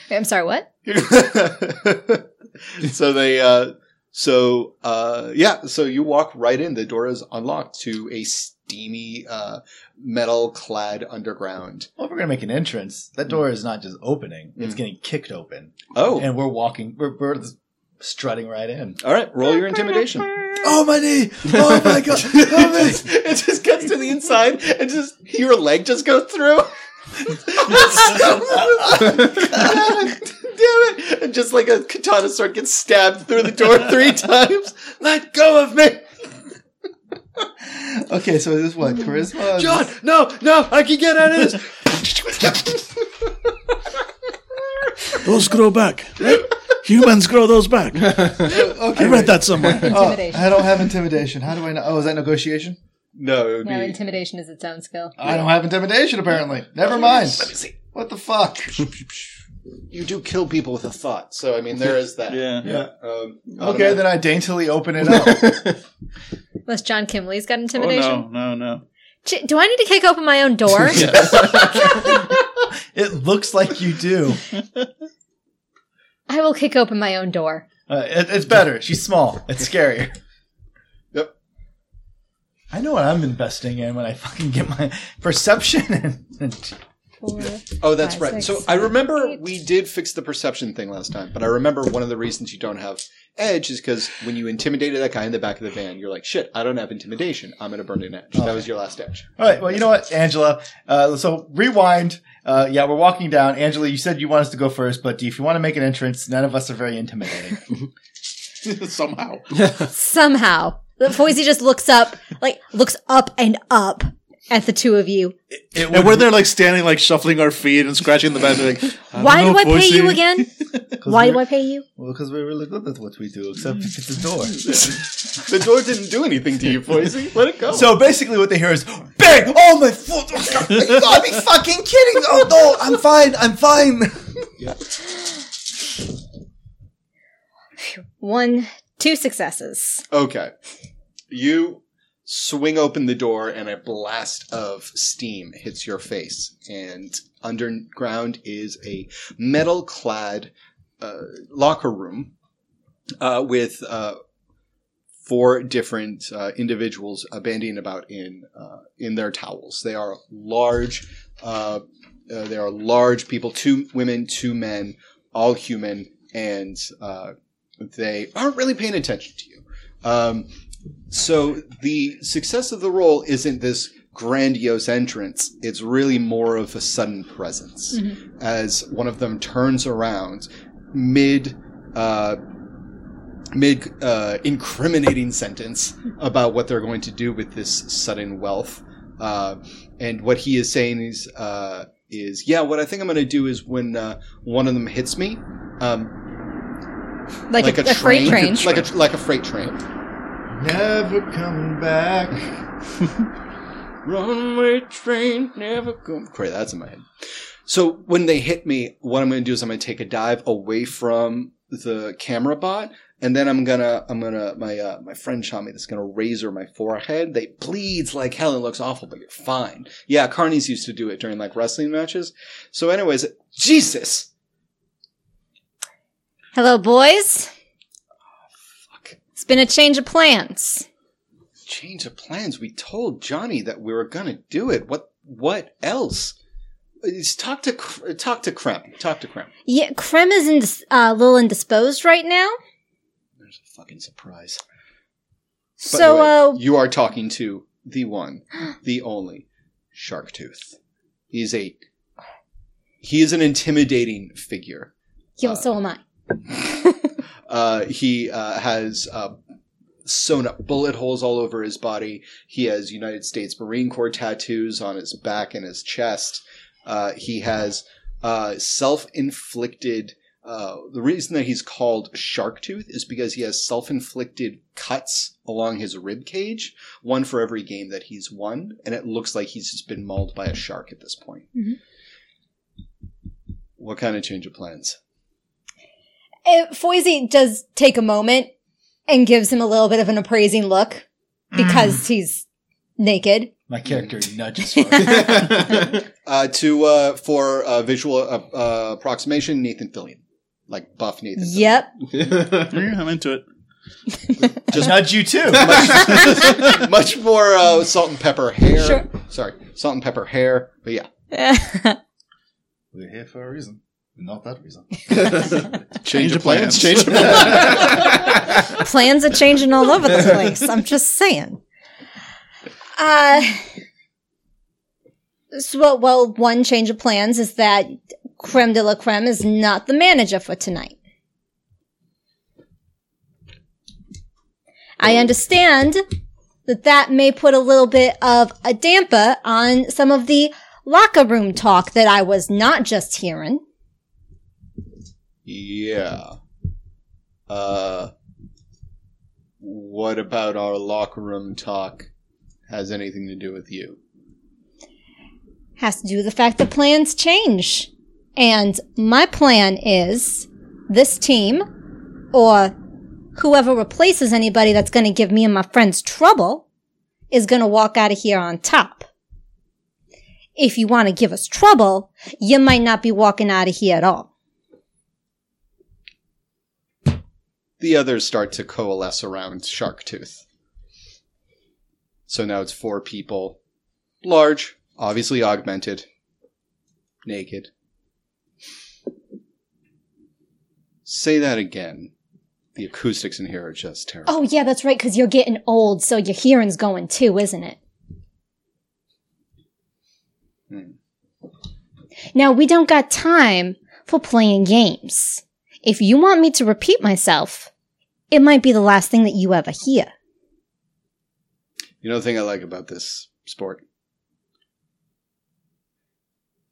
Speaker 4: I'm sorry, what?
Speaker 2: so they uh, So, uh, yeah, so you walk right in. The door is unlocked to a steamy, uh, metal clad underground.
Speaker 3: Well, if we're gonna make an entrance, that door is not just opening; it's
Speaker 2: Mm.
Speaker 3: getting kicked open,
Speaker 2: Oh,
Speaker 3: and we're walking. We're, we're just strutting right in.
Speaker 2: all right, roll your intimidation.
Speaker 3: Oh my knee! Oh my god!
Speaker 2: it, just, it just gets to the inside and just your leg just goes through. God damn it! And just like a katana sword gets stabbed through the door three times. Let go of me,
Speaker 3: okay, so is this what charisma?
Speaker 2: John. No, no, I can get out of this.
Speaker 6: Those grow back. right? Humans grow those back.
Speaker 3: Okay,
Speaker 6: I
Speaker 3: wait.
Speaker 6: read that somewhere.
Speaker 3: Oh,
Speaker 4: Intimidation.
Speaker 3: I don't have intimidation. How do I know? Oh, is that negotiation?
Speaker 2: No, it would
Speaker 4: No,
Speaker 2: be
Speaker 4: intimidation is its own skill.
Speaker 3: I don't have intimidation. Apparently, never mind.
Speaker 2: see.
Speaker 3: What the fuck?
Speaker 2: you do kill people with a thought. So I mean, there is that.
Speaker 6: Yeah.
Speaker 2: Um,
Speaker 3: Okay, then I daintily open it up.
Speaker 4: Unless John Kimley's got
Speaker 6: Oh,
Speaker 4: intimidation.
Speaker 6: no, no, no.
Speaker 4: Ch- Do I need to kick open my own door?
Speaker 3: it looks like you do.
Speaker 4: I will kick open my own door.
Speaker 3: Uh, it, it's better. She's small. It's scarier.
Speaker 2: Yep.
Speaker 3: I know what I'm investing in when I fucking get my perception. And, and
Speaker 4: Four.
Speaker 2: Oh, that's
Speaker 4: Five,
Speaker 2: right.
Speaker 4: six,
Speaker 2: so I remember
Speaker 4: eight.
Speaker 2: we did fix the perception thing last time, but I remember one of the reasons you don't have edge is because when you intimidated that guy in the back of the van, you're like, "Shit, I don't have intimidation. I'm gonna burn an edge." That was your last edge.
Speaker 3: all right. Well, you know what, Angela? Uh, so rewind. Uh, yeah, we're walking down. Angela, you said you want us to go first, but if you want to make an entrance, none of us are very intimidating.
Speaker 6: Somehow.
Speaker 4: Somehow, Foisey just looks up, like looks up and up at the two of you.
Speaker 3: It
Speaker 6: And we're there, like, standing, like, shuffling our feet and scratching the bed. Like, I
Speaker 4: Why
Speaker 6: don't
Speaker 4: do
Speaker 6: know,
Speaker 4: I pay you
Speaker 6: Boise.
Speaker 4: again? Why do I pay you?
Speaker 3: Well, because we're really good at what we do, except if it's a door.
Speaker 2: The door didn't do anything to you, Poisey. Let it go.
Speaker 3: So basically, what they hear is bang! Oh my foot! You gotta be fucking kidding! Oh no, I'm fine. I'm fine.
Speaker 4: One, two successes.
Speaker 2: okay, you swing open the door, and a blast of steam hits your face, and underground is a metal-clad uh, locker room uh, with uh, four different uh, individuals uh, bandying about in uh, in their towels. They are large. Uh, uh, they are large people. Two women, two men, all human, and uh, they aren't really paying attention to you. Um, so the success of the role isn't this grandiose entrance. It's really more of a sudden presence
Speaker 4: Mm-hmm.
Speaker 2: as one of them turns around mid uh, mid uh, incriminating sentence about what they're going to do with this sudden wealth. Uh, and what he is saying is uh, is yeah, what I think I'm going to do is when uh, one of them hits me, um,
Speaker 4: Like,
Speaker 2: like,
Speaker 4: a, a freight train.
Speaker 2: like a like a freight train.
Speaker 3: Never coming back.
Speaker 2: Runaway train never come. Great, that's in my head. So when they hit me, what I'm going to do is I'm going to take a dive away from the camera bot, and then I'm gonna I'm gonna my uh, my friend shot me that's going to razor my forehead. They bleeds like hell and looks awful, but you're fine. Yeah, Carney's used to do it during like wrestling matches. So, anyways, Jesus.
Speaker 4: Hello, boys. It's been a change of plans.
Speaker 2: change of plans. We told Johnny that we were gonna do it. What? What else? It's talk to Cr- talk to Krem. Talk to Krem.
Speaker 4: Yeah, Krem is indis- uh, a little indisposed right now.
Speaker 2: There's a fucking surprise. By
Speaker 4: So,
Speaker 2: the way,
Speaker 4: uh,
Speaker 2: you are talking to the one, the only Shark Tooth. He's a he is an intimidating figure.
Speaker 4: yo, so am I.
Speaker 2: Uh, he uh, has uh, sewn up bullet holes all over his body. He has United States Marine Corps tattoos on his back and his chest. Uh, he has uh, self inflicted. Uh, the reason that he's called Shark Tooth is because he has self inflicted cuts along his rib cage, one for every game that he's won, and it looks like he's just been mauled by a shark at this point.
Speaker 4: Mhm.
Speaker 2: What kind of change of plans?
Speaker 4: Uh, Foisey does take a moment and gives him a little bit of an appraising look because he's naked.
Speaker 3: My character nudges
Speaker 2: Uh, to uh, for uh, visual uh, uh, approximation, Nathan Fillion, like buff Nathan. Fillion.
Speaker 4: Yep.
Speaker 6: Yeah, I'm into it.
Speaker 3: Just nudge you too.
Speaker 2: Much more uh, salt and pepper hair.
Speaker 4: Sure.
Speaker 2: Sorry, salt and pepper hair. But yeah,
Speaker 1: We're here for a reason. Not that reason.
Speaker 2: change,
Speaker 6: of
Speaker 2: of plans.
Speaker 6: plans.
Speaker 2: Change of plans.
Speaker 4: Plans are changing all over the place. I'm just saying. Uh, so, well- well, one change of plans is that creme de la creme is not the manager for tonight. I understand that that may put a little bit of a damper on some of the locker room talk that I was not just hearing.
Speaker 2: yeah. Uh, what about our locker room talk? Has anything to do with you?
Speaker 4: has to do with the fact that plans change. And my plan is this team or whoever replaces anybody that's going to give me and my friends trouble is going to walk out of here on top. If you want to give us trouble, you might not be walking out of here at all.
Speaker 2: The others start to coalesce around Sharktooth. So now it's four people, large, obviously augmented, naked. Say that again. The acoustics in here are just terrible.
Speaker 4: Oh, yeah, that's right, because you're getting old, so your hearing's going too, isn't it?
Speaker 2: Hmm.
Speaker 4: Now, we don't got time for playing games. If you want me to repeat myself, it might be the last thing that you ever hear.
Speaker 2: You know the thing I like about this sport?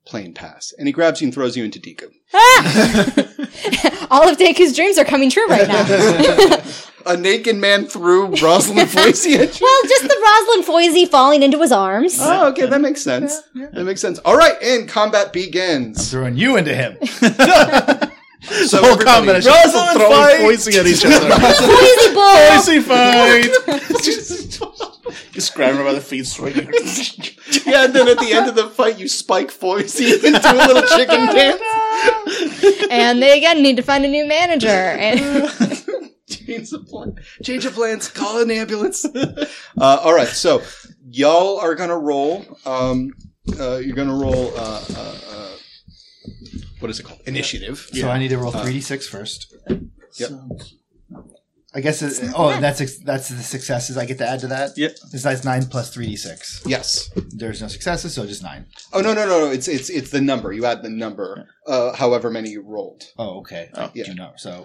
Speaker 2: Plain pass. And he grabs you and throws you into Deku.
Speaker 4: All of Deku's dreams are coming true right now.
Speaker 2: A naked man threw Rosalind Foyce at you.
Speaker 4: well, just the Rosalind Foisey falling into his arms.
Speaker 2: Oh, okay, that makes sense. That makes sense. All right, and combat begins.
Speaker 3: Throwing you into him.
Speaker 2: So
Speaker 6: Whole
Speaker 2: everybody-
Speaker 6: combat is
Speaker 3: Rosalind
Speaker 6: just throwing
Speaker 3: fight!
Speaker 6: poison at each other.
Speaker 4: Foisey bull!
Speaker 6: Poison fight! Just grab her by the feet, swinging.
Speaker 2: Yeah, and then at the end of the fight, you spike Foyce and do a little chicken dance.
Speaker 4: and they again need to find a new manager. And
Speaker 2: Change of plan. Change of plans. Call an ambulance. uh, all right, so y'all are gonna roll. Um, uh, you're gonna roll. Uh, uh, uh, what is it called? Initiative.
Speaker 3: So I need to roll three d six first.
Speaker 2: Yep.
Speaker 3: I guess. It, oh, that's ex- that's the successes. I get to add to that.
Speaker 6: Yep.
Speaker 3: Besides nine plus three d six.
Speaker 2: Yes.
Speaker 3: There's no successes, so just nine.
Speaker 2: Oh no no no no! It's it's it's the number. You add the number. Uh, however many you rolled.
Speaker 3: Oh, okay.
Speaker 6: Oh,
Speaker 3: I
Speaker 2: yeah.
Speaker 3: do know. So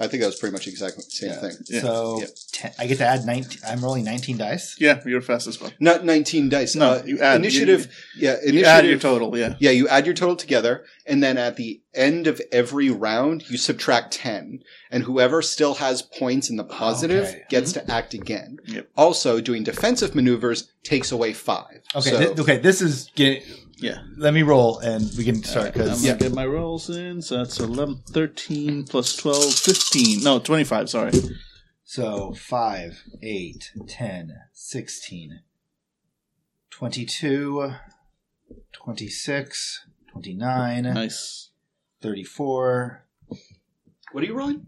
Speaker 2: I think that was pretty much exactly the same
Speaker 3: Yeah.
Speaker 2: thing.
Speaker 6: Yeah.
Speaker 3: so
Speaker 2: Yeah.
Speaker 3: ten, I get to add nineteen. I'm rolling nineteen dice.
Speaker 6: Yeah, you're fast as well.
Speaker 2: Not 19 dice.
Speaker 6: No,
Speaker 2: uh,
Speaker 6: you add-
Speaker 2: initiative. yeah, initiative.
Speaker 6: You add your total, yeah.
Speaker 2: Yeah, you add your total together, and then at the end of every round, you subtract 10. And whoever still has points in the positive
Speaker 3: Okay.
Speaker 2: gets to act again.
Speaker 6: Mm-hmm. Yep.
Speaker 2: Also, doing defensive maneuvers takes away five.
Speaker 3: Okay.
Speaker 2: So-
Speaker 3: thi- okay. This is get.
Speaker 6: Yeah.
Speaker 3: Let me roll and we can start
Speaker 6: I'm
Speaker 3: because
Speaker 6: gonna get my rolls in. So that's 11, 13 plus 12, 15. No, 25, sorry.
Speaker 3: So 5, 8, 10, 16, 22, 26, 29,
Speaker 6: Nice.
Speaker 3: 34.
Speaker 2: what are you rolling?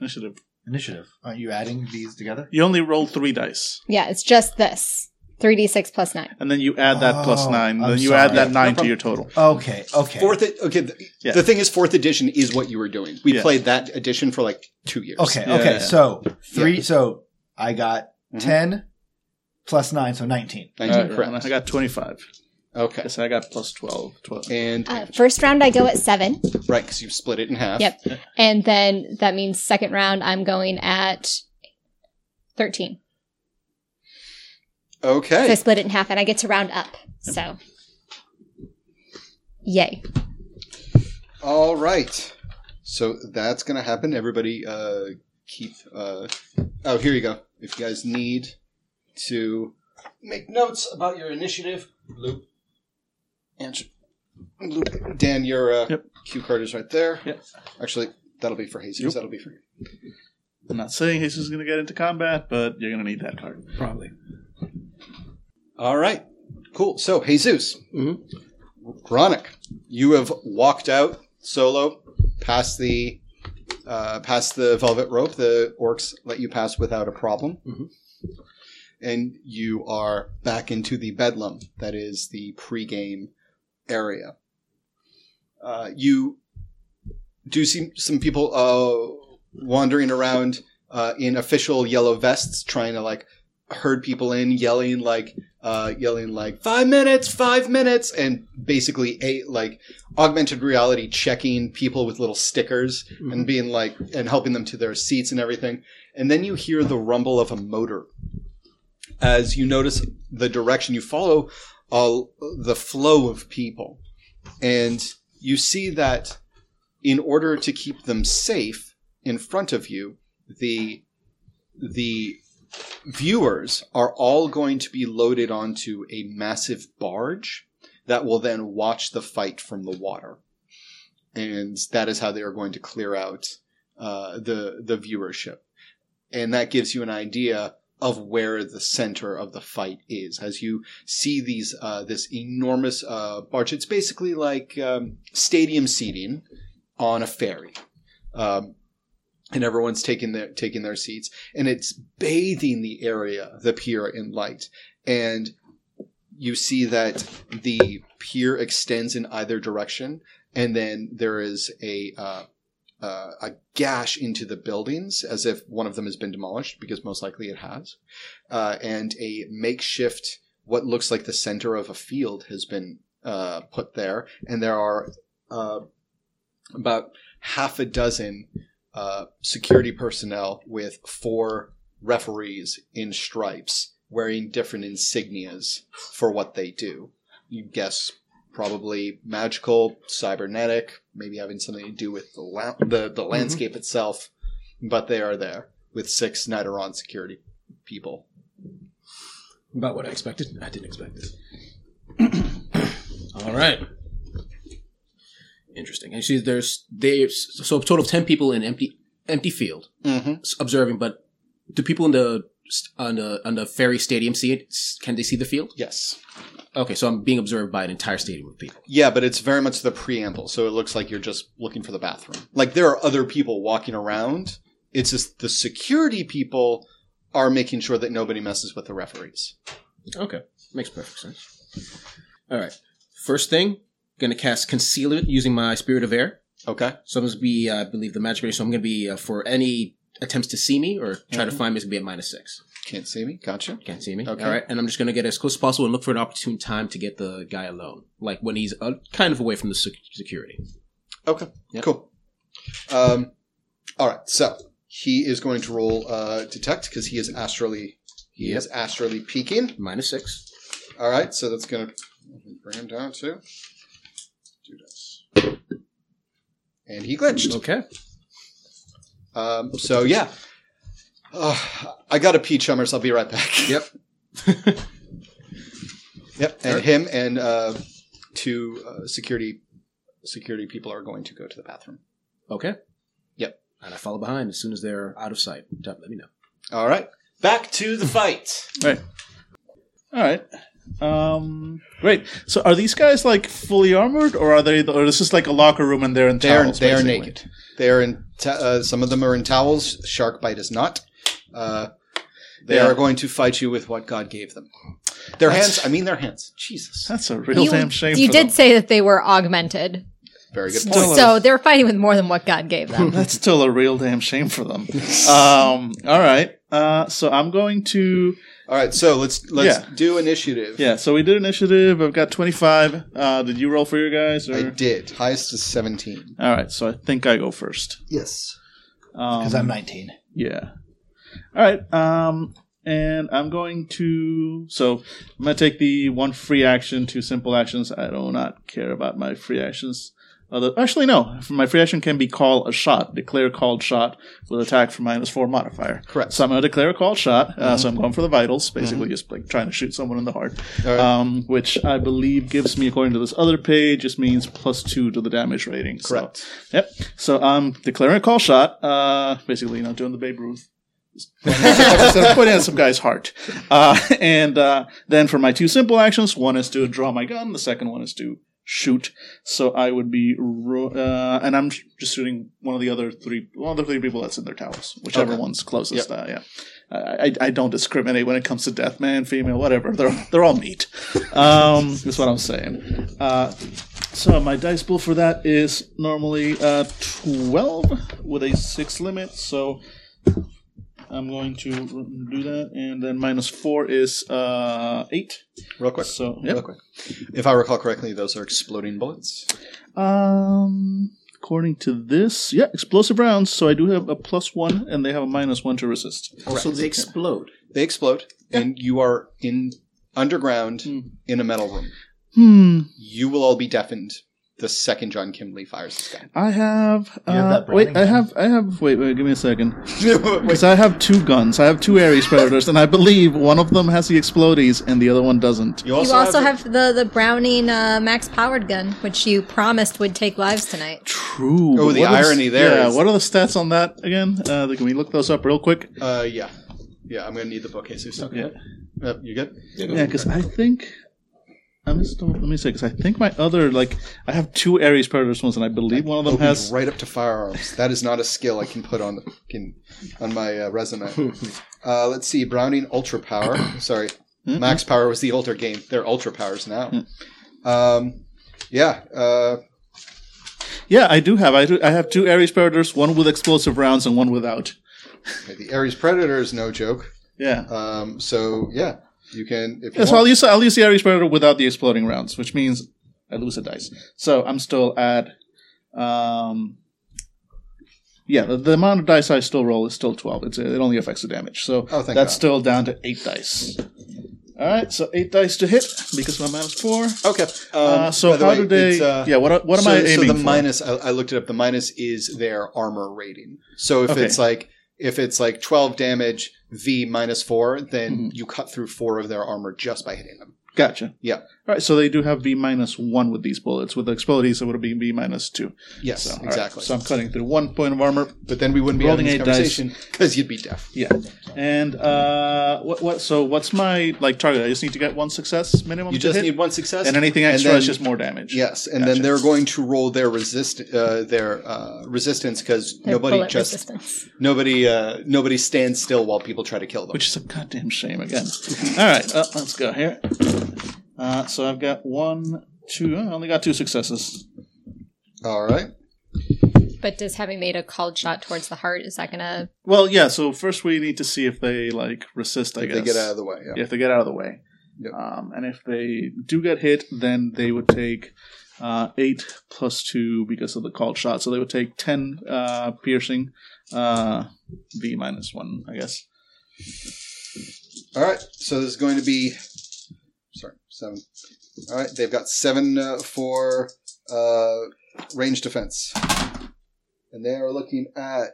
Speaker 6: Initiative.
Speaker 3: Initiative. Aren't you adding these together?
Speaker 6: You only roll three dice,
Speaker 4: yeah, it's just this 3d6 plus 9.
Speaker 6: and then you add that plus
Speaker 3: Oh,
Speaker 6: nine,
Speaker 3: I'm
Speaker 6: then you
Speaker 3: sorry.
Speaker 6: add that
Speaker 3: Yeah,
Speaker 6: nine to your total.
Speaker 3: Okay, okay.
Speaker 2: Fourth, e- okay. The,
Speaker 6: Yeah.
Speaker 2: the thing is, fourth edition is what you were doing. We
Speaker 6: Yeah.
Speaker 2: played that edition for like two years.
Speaker 3: Okay,
Speaker 6: Yeah,
Speaker 3: okay.
Speaker 6: yeah. Mm-hmm.
Speaker 3: So 3 so I got
Speaker 2: Mhm.
Speaker 3: 10 plus 9 so 19.
Speaker 2: 19,
Speaker 6: Alright,
Speaker 2: correct.
Speaker 6: and I got 25.
Speaker 2: okay.
Speaker 6: Yes, I got plus 12. 12.
Speaker 2: And,
Speaker 4: Uh, first round, I go at 7.
Speaker 2: right, because you've split it in half.
Speaker 4: Yep. And then that means second round, I'm going at 13. So I
Speaker 2: Okay.
Speaker 4: split it in half and I get to round up. So, yay.
Speaker 2: All right. So that's going to happen. Everybody, uh, keep. Uh, oh, here you go. If you guys need to make notes about your initiative, loop. And loop. Dan, your uh,
Speaker 6: Yep.
Speaker 2: cue card is right there.
Speaker 6: Yep.
Speaker 2: Actually, that'll be for Jesus.
Speaker 6: Yep.
Speaker 2: That'll be for you.
Speaker 6: I'm not saying he's just going to get into combat, but you're going to need that card. Probably.
Speaker 2: All right. Cool. So, Jesus.
Speaker 7: Mhm.
Speaker 2: Ronick, you have walked out solo past the uh, past the velvet rope. The orcs let you pass without a problem.
Speaker 7: Mhm.
Speaker 2: And you are back into the bedlam. That is the pregame area. Uh, you do see some people uh, wandering around uh, in official yellow vests, trying to like herd people in, yelling like uh, yelling like five minutes, five minutes, and basically a like augmented reality checking people with little stickers and being like and helping them to their seats and everything. And then you hear the rumble of a motor as you notice the direction you follow, uh, the flow of people, and you see that in order to keep them safe in front of you, the the viewers are all going to be loaded onto a massive barge that will then watch the fight from the water. And that is how they are going to clear out uh, the the viewership. And that gives you an idea of where the center of the fight is as you see these uh, this enormous uh, barge. It's basically like um, stadium seating on a ferry. Um, and everyone's taking their taking their seats and it's bathing the area, the pier, in light. And you see that the pier extends in either direction, and then there is a uh, uh, a gash into the buildings, as if one of them has been demolished, because most likely it has, uh, and a makeshift what looks like the center of a field has been uh, put there, and there are uh, about half a dozen uh, security personnel with four referees in stripes wearing different insignias for what they do. You guess probably magical, cybernetic, maybe having something to do with the la- the, the landscape itself, but they are there with six Nidoron security people.
Speaker 7: About what I expected. I didn't expect this. All right. Interesting. And she's there's there's so a total of ten people in empty empty field
Speaker 2: Mm-hmm.
Speaker 7: s- observing. But do people in the st- on the on the ferry stadium see it? S- Can they see the field?
Speaker 2: Yes.
Speaker 7: Okay, so I'm being observed by an entire stadium of people.
Speaker 2: Yeah, but it's very much the preamble, so it looks like you're just looking for the bathroom. Like there are other people walking around. It's just the security people are making sure that nobody messes with the referees.
Speaker 7: Okay, makes perfect sense. All right. First thing, gonna cast concealment using my spirit of air.
Speaker 2: Okay.
Speaker 7: So I'm gonna be, uh, I believe, the magic rating. So I'm gonna be uh, for any attempts to see me or try to find me is gonna be at minus six.
Speaker 2: Can't see me. Gotcha.
Speaker 7: Can't see me.
Speaker 2: Okay.
Speaker 7: All right, and I'm just gonna get as close as possible and look for an opportune time to get the guy alone, like when he's uh, kind of away from the sec- security.
Speaker 2: Okay.
Speaker 7: Yep.
Speaker 2: Cool. Um, all right. So he is going to roll uh, detect because he is astrally he is astrally peeking.
Speaker 7: Minus six.
Speaker 2: All right. So that's gonna bring him down too. Do this. And he glitched.
Speaker 7: Okay.
Speaker 2: Um, so yeah, Ugh, I got to pee, Chummers. I'll be right back.
Speaker 7: Yep.
Speaker 2: yep. And him and uh, two uh, security security people are going to go to the bathroom.
Speaker 7: Okay.
Speaker 2: Yep.
Speaker 7: And I follow behind as soon as they're out of sight. Don't Let me know.
Speaker 2: All right. Back to the fight.
Speaker 6: All right. Um, great. So, are these guys like fully armored, or are they, or is this like a locker room and they're in
Speaker 2: They are
Speaker 6: towels?
Speaker 2: they are
Speaker 6: basically?
Speaker 2: naked. They are in. Ta- uh, some of them are in towels. Sharkbite is not. Uh, they
Speaker 6: Yeah.
Speaker 2: are going to fight you with what God gave them. Their hands. I mean, their hands. Jesus.
Speaker 6: That's a real
Speaker 4: you,
Speaker 6: damn shame.
Speaker 4: You
Speaker 6: for
Speaker 4: did
Speaker 6: them.
Speaker 4: say that they were augmented.
Speaker 2: Very good point.
Speaker 6: Still a-
Speaker 4: So they're fighting with more than what God gave them.
Speaker 6: That's still a real damn shame for them. um, all right. Uh, so I'm going to.
Speaker 2: All right. So let's let's
Speaker 6: Yeah.
Speaker 2: do initiative.
Speaker 6: Yeah. So we did initiative. I've got 25. Uh, did you roll for your guys? Or?
Speaker 2: I did. Highest is seventeen.
Speaker 6: All right. So I think I go first.
Speaker 2: Yes.
Speaker 6: Because
Speaker 3: Because
Speaker 6: Um,
Speaker 3: I'm 19.
Speaker 6: Yeah. All right. Um, and I'm going to. So I'm going to take the one free action, two simple actions. I do not care about my free actions. Although, actually, no. My free action can be call a shot, declare called shot with attack for minus four modifier.
Speaker 2: Correct.
Speaker 6: So I'm going to declare a called shot. Uh, So I'm going for the vitals, basically just like trying to shoot someone in the heart,
Speaker 2: All right.
Speaker 6: um, which I believe gives me, according to this other page, just means plus two to the damage rating. So-
Speaker 2: Correct.
Speaker 6: Yep. So I'm declaring a call shot. Uh, basically, you know, doing the Babe Ruth. so I'm putting in some guy's heart. Uh, and uh, then for my two simple actions, one is to draw my gun. The second one is to shoot. So I would be, ro- uh, and I'm sh- just shooting one of the other three, one of the three people that's in their towers, whichever
Speaker 2: Okay.
Speaker 6: one's closest. Uh, yeah, I, I, I don't discriminate when it comes to death, man, female, whatever. They're they're all meat. Um, that's what I'm saying. Uh, so my dice pool for that is normally uh, twelve with a six limit. So I'm going to do that, and then minus four is uh, eight.
Speaker 2: Real quick.
Speaker 6: So
Speaker 2: Real
Speaker 6: yep.
Speaker 2: quick. If I recall correctly, those are exploding bullets.
Speaker 6: Um, according to this, yeah, explosive rounds. So I do have a plus one, and they have a minus one to resist.
Speaker 8: Also, Oh, they explode.
Speaker 2: They explode, and you are in underground in a metal room.
Speaker 6: Hmm.
Speaker 2: You will all be deafened the second John Kimley fires his gun.
Speaker 6: I have. Uh,
Speaker 1: have that
Speaker 6: wait,
Speaker 1: Browning
Speaker 6: I have. I have. Wait, wait. Give me a second.
Speaker 2: Wait,
Speaker 6: Because I have two guns. I have two Ares predators, and I believe one of them has the explodies, and the other one doesn't.
Speaker 2: you
Speaker 4: you also have, the, the Browning uh, max powered gun, which you promised would take lives tonight.
Speaker 6: True.
Speaker 2: Oh, the
Speaker 6: What are
Speaker 2: irony there
Speaker 6: Yeah.
Speaker 2: is-
Speaker 6: What are the stats on that again? Uh, can we look those up real quick?
Speaker 2: Uh, yeah, yeah. I'm gonna need the book. Jesus, okay.
Speaker 6: Yeah.
Speaker 2: Uh, you good?
Speaker 6: Yeah, because I think I'm just let me say because I think my other like I have two Ares Predators ones, and I believe one of them
Speaker 2: Opens
Speaker 6: has
Speaker 2: right up to firearms. That is not a skill I can put on the fucking- on my uh, resume. Uh, let's see, Browning Ultra Power. Sorry,
Speaker 6: Hmm?
Speaker 2: Max Power was the older game. They're Ultra Powers now.
Speaker 6: Hmm.
Speaker 2: Um, yeah, uh,
Speaker 6: yeah I do have I do I have two Ares Predators, one with explosive rounds and one without.
Speaker 2: the Ares Predator is no joke.
Speaker 6: Yeah.
Speaker 2: Um, so yeah, you can if you
Speaker 6: Yeah, so I'll
Speaker 2: want.
Speaker 6: use I'll use the Ares Predator without the exploding rounds, which means I lose a dice. So I'm still at, um, yeah, the, the amount of dice I still roll is still twelve. It's it only affects the damage, so
Speaker 2: Oh,
Speaker 6: that's
Speaker 2: thank God.
Speaker 6: still down to eight dice. All right, so eight dice to hit because my minus four.
Speaker 2: Okay. Um,
Speaker 6: Uh, so
Speaker 2: by the
Speaker 6: how
Speaker 2: way,
Speaker 6: do they?
Speaker 2: it's, uh,
Speaker 6: yeah. What what am
Speaker 2: so,
Speaker 6: I
Speaker 2: so
Speaker 6: aiming
Speaker 2: the
Speaker 6: for?
Speaker 2: minus I, I looked it up the minus is their armor rating so if
Speaker 6: Okay.
Speaker 2: it's like if it's like 12 damage v minus 4 then
Speaker 6: Mm-hmm.
Speaker 2: you cut through 4 of their armor just by hitting them
Speaker 6: Gotcha.
Speaker 2: yeah
Speaker 6: All right. So they do have B minus one with these bullets. With the explodies, it would be B minus two.
Speaker 2: yes
Speaker 6: So, all right,
Speaker 2: exactly
Speaker 6: So I'm cutting through one point of armor.
Speaker 2: but then we wouldn't be
Speaker 6: Rolling
Speaker 2: having this
Speaker 6: eight dice.
Speaker 2: conversation because you'd be deaf
Speaker 6: Yeah. And uh, what what? So what's my like target? I just need to get one success minimum.
Speaker 2: you
Speaker 6: to
Speaker 2: just
Speaker 6: hit?
Speaker 2: need one success
Speaker 6: And anything extra
Speaker 2: then-
Speaker 6: is just more damage.
Speaker 2: Yes, and
Speaker 6: Gotcha.
Speaker 2: then they're going to roll their resist uh, their uh, resistance because
Speaker 4: Their
Speaker 2: nobody
Speaker 4: bullet
Speaker 2: just
Speaker 4: resistance.
Speaker 2: nobody uh, nobody stands still while people try to kill them.
Speaker 6: Which is a goddamn shame again. All right. Uh, let's go here. Uh, so I've got one, two. I only got two successes.
Speaker 2: All right,
Speaker 4: But does having made a called shot towards the heart, is that going to.
Speaker 6: Well, yeah. So first we need to see if they like resist. I
Speaker 2: if
Speaker 6: guess
Speaker 2: they get out of the way. yeah.
Speaker 6: if they get out of the way.
Speaker 2: Yep.
Speaker 6: Um, and if they do get hit, then they would take uh, eight plus two because of the called shot. So they would take ten uh, piercing, uh, V minus one, I guess.
Speaker 2: All right, so there's going to be, sorry, seven. All right, they've got seven uh, for uh, range defense, and they are looking at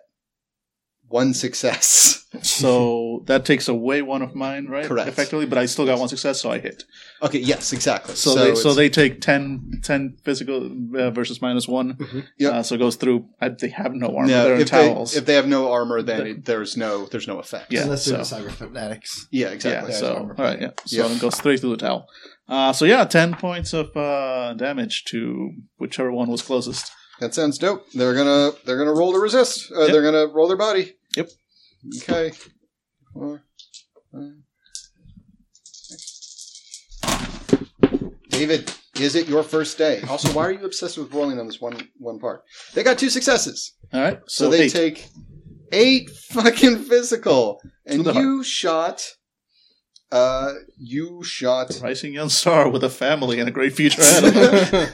Speaker 2: one success.
Speaker 6: So that takes away one of mine, right?
Speaker 2: Correct.
Speaker 6: Effectively, but I still got one success, so I hit.
Speaker 2: Okay, yes, exactly.
Speaker 6: So, they, so
Speaker 2: it's-
Speaker 6: they take 10, 10 physical uh, versus minus one.
Speaker 2: Mm-hmm. Yep.
Speaker 6: Uh, so it goes through. I, they have no armor.
Speaker 2: no,
Speaker 6: They're in
Speaker 2: if they
Speaker 6: towels.
Speaker 2: if they have no armor, then it, there's no there's no effect.
Speaker 6: Yeah,
Speaker 1: Unless they're
Speaker 6: so-
Speaker 1: the cyber fanatics.
Speaker 2: yeah, exactly.
Speaker 6: Yeah,
Speaker 1: That's
Speaker 6: so
Speaker 1: armor
Speaker 6: all right, yeah. So
Speaker 2: Yeah.
Speaker 6: it goes straight through the towel. Uh, so yeah, ten points of uh, damage to whichever one was closest.
Speaker 2: That sounds dope. They're gonna they're gonna roll to resist. Uh, They're gonna roll their body.
Speaker 6: Yep.
Speaker 2: Okay. Four, five, six. David, is it your first day? Also, why are you obsessed with rolling on this one one part? They got two successes,
Speaker 6: All right,
Speaker 2: so
Speaker 6: so,
Speaker 2: they
Speaker 6: eight.
Speaker 2: take eight fucking physical, and
Speaker 6: the heart.
Speaker 2: you shot. Uh, you shot.
Speaker 6: rising young star with a family and a great future ahead. of him.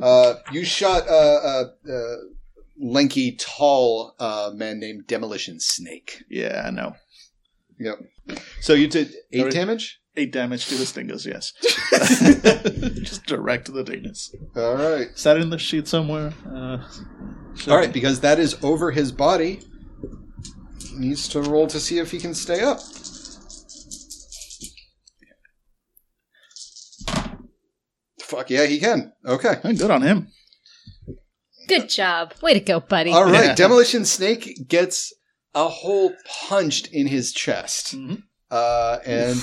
Speaker 2: Uh, you shot a uh, uh, uh, lanky, tall uh, man named Demolition Snake.
Speaker 6: yeah, no,
Speaker 2: Yep. So you did eight
Speaker 6: Sorry.
Speaker 2: damage.
Speaker 6: eight damage to his dingus. Yes, just direct to the dingus.
Speaker 2: All right.
Speaker 6: Is that in the sheet somewhere? Uh,
Speaker 2: All right, because that is over his body. Needs to roll to see if he can stay up. Fuck yeah, he can. Okay.
Speaker 6: hey, good on him.
Speaker 4: Good job. Way to go, buddy.
Speaker 2: All right,
Speaker 6: Yeah.
Speaker 2: Demolition Snake gets a hole punched in his chest.
Speaker 6: Mhm.
Speaker 2: Uh, and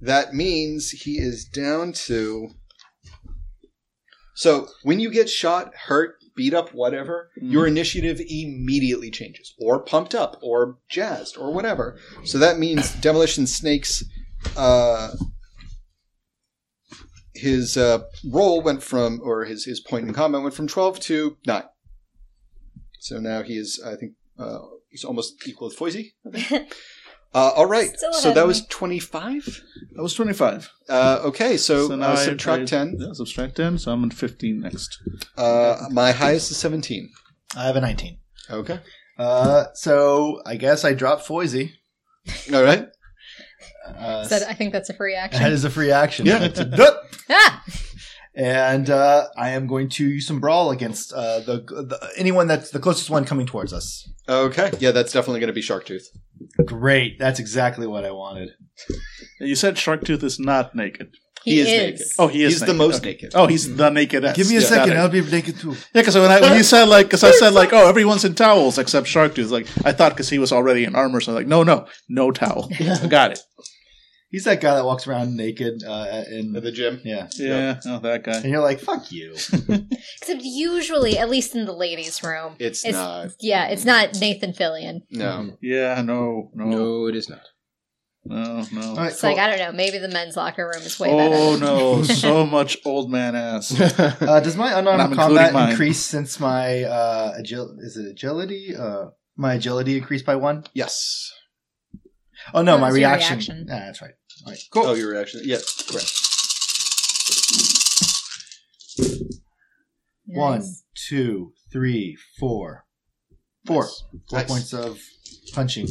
Speaker 2: that means he is down to So when you get shot, hurt, beat up, whatever, your initiative immediately changes, or pumped up, or jazzed, or whatever. So that means Demolition Snake's uh, his uh, roll went from, or his his point in combat went from twelve to nine. So now he is, I think, uh, he's almost equal to Foisey. I think. Uh, all right.
Speaker 4: Still ahead
Speaker 2: So
Speaker 4: of
Speaker 2: that
Speaker 4: me.
Speaker 2: was twenty-five.
Speaker 6: I was 25.
Speaker 2: Uh, okay, so, uh,
Speaker 6: I-
Speaker 2: subtract
Speaker 6: I-
Speaker 2: ten.
Speaker 6: Yeah, subtract 10, so I'm at 15 next.
Speaker 2: Uh, my highest is seventeen.
Speaker 3: I have a 19.
Speaker 2: Okay.
Speaker 3: Uh, so I guess I dropped Foisey.
Speaker 2: All right.
Speaker 3: Uh,
Speaker 4: Said, I think that's a free action.
Speaker 3: that is a free action.
Speaker 2: Yeah.
Speaker 3: It's a dup.
Speaker 4: ah!
Speaker 3: and uh, I am going to use some brawl against uh, the, the anyone that's the closest one coming towards us.
Speaker 2: Okay. Yeah, that's definitely going to be shark tooth.
Speaker 3: Great, that's exactly what I wanted.
Speaker 6: You said Sharktooth is not naked.
Speaker 4: He,
Speaker 2: He
Speaker 4: is.
Speaker 2: is
Speaker 6: Oh, he is
Speaker 2: He's
Speaker 6: naked.
Speaker 2: the most
Speaker 6: Okay.
Speaker 2: naked.
Speaker 6: Oh, he's the naked ass.
Speaker 3: Give me a
Speaker 6: Got
Speaker 3: second,
Speaker 6: it.
Speaker 3: I'll be naked too.
Speaker 6: Yeah, because when, I- when you said like, because I said like, oh, everyone's in towels except Sharktooth. Like, I thought because he was already in armor, so I was like, no, no, no towel. Got it.
Speaker 3: He's that guy that walks around naked uh, in
Speaker 2: At the gym.
Speaker 3: yeah,
Speaker 6: Yeah, oh, that guy.
Speaker 3: and you're like, "Fuck you."
Speaker 4: Except usually, at least in the ladies' room,
Speaker 2: It's,
Speaker 4: It's-
Speaker 2: not.
Speaker 4: yeah, it's not Nathan Fillion.
Speaker 2: No.
Speaker 6: Yeah, no, no, no,
Speaker 2: No, it is not.
Speaker 6: no.
Speaker 3: All right,
Speaker 4: It's like I don't know. Maybe the men's locker room is way
Speaker 6: oh
Speaker 4: better.
Speaker 6: no, so much old man ass.
Speaker 3: uh, does my
Speaker 6: I'm
Speaker 3: unarmed
Speaker 6: including
Speaker 3: combat
Speaker 6: mine.
Speaker 3: increase since my uh, agil- is it agility? Uh, my agility increased by one.
Speaker 2: Yes.
Speaker 3: Oh no,
Speaker 4: That
Speaker 3: my
Speaker 4: was your
Speaker 3: reaction.
Speaker 4: reaction.
Speaker 3: Ah, that's right. All right,
Speaker 2: Cool.
Speaker 3: cool.
Speaker 2: Oh, your reaction. Yeah, correct.
Speaker 4: Nice.
Speaker 3: One, two, three, four. Four.
Speaker 2: Nice.
Speaker 3: Four
Speaker 2: Nice.
Speaker 3: points of punching.